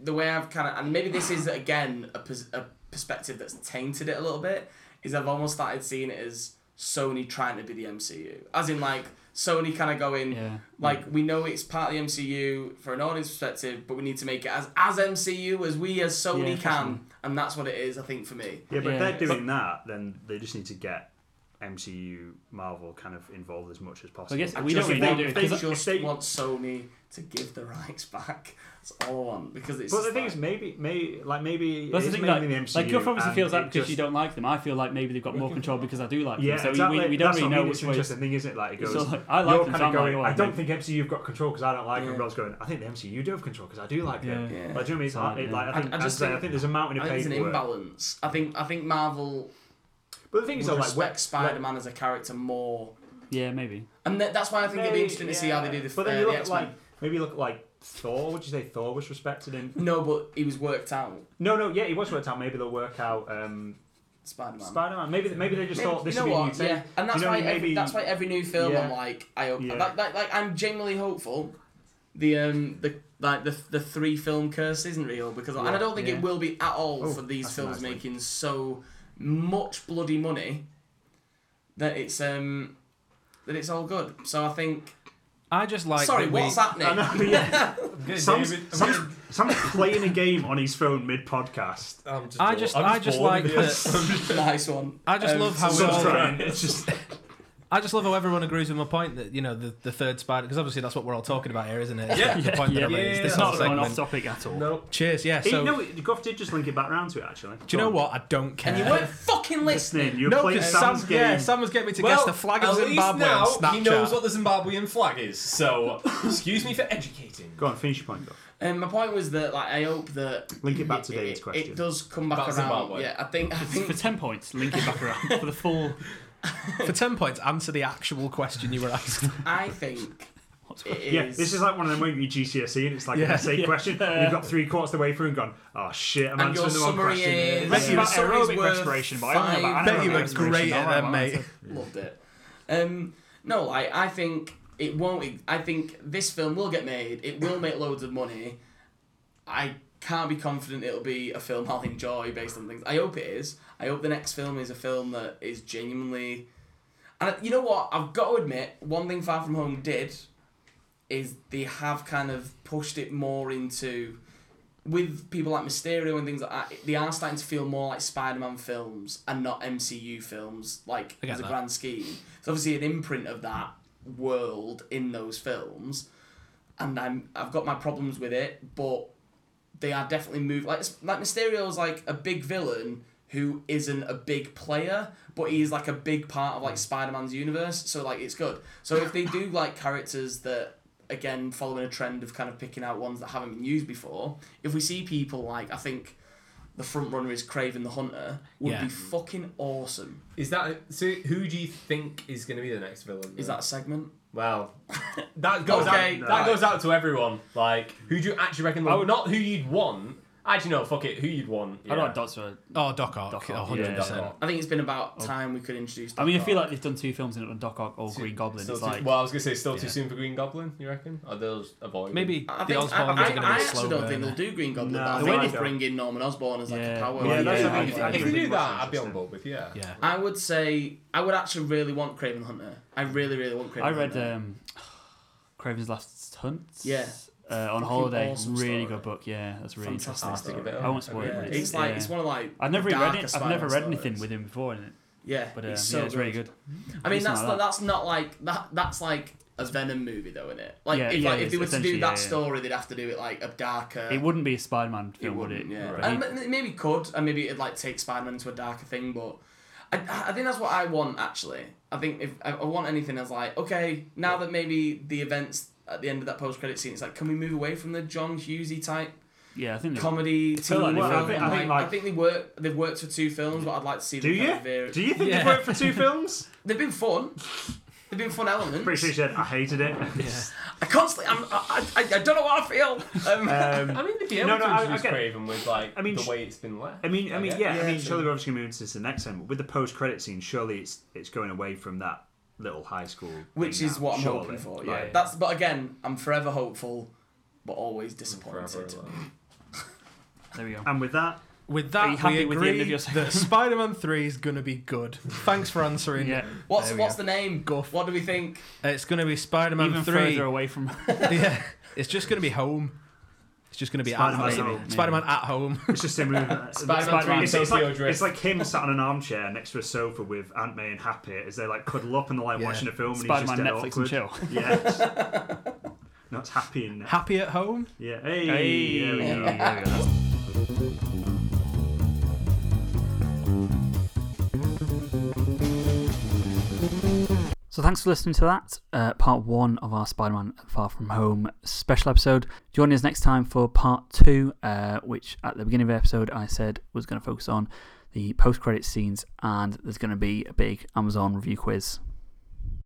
the way I've kind of and maybe this is again a, pers- a perspective that's tainted it a little bit is I've almost started seeing it as Sony trying to be the MCU as in like Sony kind of going like we know it's part of the MCU for an audience perspective but we need to make it as as MCU as we as Sony Yeah, can and that's what it is I think for me Yeah, but if they're doing that, then they just need to get MCU Marvel kind of involved as much as possible. just If want, they- if if they they- just want Sony to give the rights back. That's all I want because it's. But just the thing like- is, maybe, maybe, like maybe That's it the is thing, like, mainly the MCU. like Guff obviously and feels it that because just- you don't like them. I feel like maybe they've got more control because I do like Yeah, them. So exactly. we, we, we don't That's really what I know mean, which it's way. interesting thing, isn't it? Like, it It's goes, not like, I like you're them, kind so of I'm like, going, oh, I don't maybe- think MCU have got control because I don't like them. Rob's going, I think the MCU do have control because I do like them. Like, do you Yeah. know what I mean? It's Yeah. like- it- like, I think, as I say, I think there's a mountain of I think there's an paperwork. imbalance. I think I think Marvel. But the thing is, would though, like, respect when- Spider-Man as a character more, Yeah, maybe. and that, that's why I think it'd be Maybe, interesting to see how they yeah. do the. But then uh, you the look at, X-Men. like, maybe you look at, like Thor. Would you say Thor was respected in? No, but he was worked out. No, no, yeah, he was worked out. Maybe they'll work out. Um, Spider-Man. Spider-Man. Maybe, maybe they just thought this you know would be a new what? thing. Yeah, and that's you know, why what I mean? every, maybe that's why every new film Yeah. I'm like I hope Yeah. like, like like I'm genuinely hopeful. The um the like the the three film curse isn't real because and I Yeah. don't think Yeah. it will be at all Oh, for these that's a films nice link. making so much bloody money that it's um that it's all good. So I think I just like sorry that what's we- happening. I know, yeah. Sam's, Sam's, Sam's playing a game on his phone mid podcast. I just, I just like that. *laughs* nice one. *laughs* I just Um, love how so we all- trying. It's *laughs* just I just love how everyone agrees with my point that you know the, the third spider because obviously that's what we're all talking about here, isn't it? Yeah. the Yeah. point that Yeah. I raised. Yeah. This It's whole not going segment. off topic at all. No. Cheers. Yeah. He- So no, Guff did just link it back round to it actually. do you know what? I don't care. And you *laughs* weren't fucking listening. You're no, playing because Sam's Sam, yeah, game. Sam was getting me to Well, guess the flag of at least Zimbabwe now on Snapchat. he knows what the Zimbabwean flag is. So *laughs* excuse me for educating. Go on, finish your point, Guff. Um, my point was that like I hope that Link it back to it- David's it- question. It does come back About around. Zimbabwe. Yeah, I think I *laughs* think For ten points, link it back around for the full. For ten points, answer the actual question you were asked. I think it Yeah, is- this is like one of them where you GCSE E and it's like Yeah. an essay Yeah. question. and You've got three quarters of the way through and gone, oh shit, I'm And your answering the wrong summary question. is- Bet you Yeah. were summary's aerobic worth respiration, but I don't know five- about anaerobic respiration. I don't know about that. *laughs* Loved it. Um, no, I, I think it won't. I think this film will get made. It will make loads of money. I can't be confident it'll be a film I'll enjoy based on things. I hope it is. I hope the next film is a film that is genuinely. And you know what? I've got to admit, one thing Far From Home did is they have kind of pushed it more into with people like Mysterio and things like that, they are starting to feel more like Spider-Man films and not MCU films, like I get as a that. grand scheme. It's obviously an imprint of that world in those films, and I'm I've got my problems with it, but they are definitely moved like like Mysterio's like a big villain who isn't a big player, but he is like a big part Hmm. of like Spider-Man's universe, so like it's good. So if they do like characters that again following a trend of kind of picking out ones that haven't been used before, if we see people like I think the front runner is Craven the Hunter would Yeah. be fucking awesome. Is that so? Who do you think is going to be the next villain? Is that a segment? *laughs* Well, that goes out. Okay, right. That goes out to everyone. Like, who do you actually reckon? Oh, not who you'd want. Actually, no. Fuck it. Who you'd want? I like Doctor. Oh, Doc Ock. Doc Oh, Ock. hundred yeah. percent. I think it's been Oh. about time we could introduce. I mean, I Doc feel Ock. like they've done two films in it on Doc Ock or Green Goblin. Still It's too- like well, I was gonna say still too Yeah. soon for Green Goblin. You reckon? Are those avoid? Maybe I the think, Osborns I, I, are going to be I a actually slow don't think burner. they'll do Green Goblin. No, but I no, think I they don't. bring in Norman Osborn as like a Yeah. power. Yeah, that's Yeah, if, if they do that, I'd be on board with. Yeah. I would say I would actually really want Craven the Hunter. I really, really want Craven. I read Hunter. um, Craven's Last Hunt. Yeah. Uh, on Fucking holiday, awesome really story. good book. Yeah, that's really Fantastic interesting. story. I won't spoil Yeah, it. but it's like- it's one of, like, uh, I've never the read darkest it. I've never Spider-Man read anything stories. with him before in it. Yeah, but um, it's so yeah, it's really good. good. I mean, It's not that's like that. that's not like that. That's like a Venom movie, though, isn't it? Like, Yeah, if, yeah, like, if they it's were to do that essentially, yeah, yeah. story, they'd have to do it like a darker. It wouldn't be a Spider-Man film, would it? wouldn't, Yeah, Um, But he- and m- maybe could, and maybe it'd like take Spider-Man into a darker thing. But I, I think that's what I want actually. I think if I I want anything as like, okay, now that maybe the events at the end of that post-credit scene, it's like, can we move away from the John Hughesy type? Yeah, I think they- comedy. I feel like teen they film, would. and, like, I, think, they work. They've worked for two films, but I'd like to see. Do them kind you? of vary- Do you think they've worked for two films? They've been fun. They've been fun elements. Pretty sure she said I hated it. I constantly, I'm, I, I, I don't know what I feel. Um, I mean, they'd be able no, no, to I- I introduce get it. Craven with like I mean, the sh- way it's been left. I mean, I mean, yeah, I mean, surely surely we're obviously moving to this the next time. But with the post-credit scene, surely it's it's going away from that little high school, which thing is now, what I'm surely. hoping for. Yeah, Like, that's. But again, I'm forever hopeful, but always disappointed. There we go. And with that, With Are you that, happy we with the end agree of your that Spider-Man Three is gonna be good. Thanks for answering. Yeah. What's what's the name? What do we think? It's gonna be Spider-Man Even Three. further away from. *laughs* yeah. It's just gonna be home. It's just gonna be Spider-Man at home. at home. Spider-Man at home. *laughs* It's just him. Spider-Man, it's, it's like, it's like him sat on an armchair next to a sofa with Aunt May and Happy as they like cuddle up and they're like Yeah. watching a film. Spider-Man, and Netflix he's and just dead awkward. chill. Yeah. *laughs* it's- no, it's Happy and Happy at home. Yeah. Hey. Hey. There we go. There we go. So thanks for listening to that, uh, part one of our Spider-Man Far From Home special episode. Join us next time for part two, uh, which at the beginning of the episode I said was going to focus on the post-credit scenes, and there's going to be a big Amazon review quiz.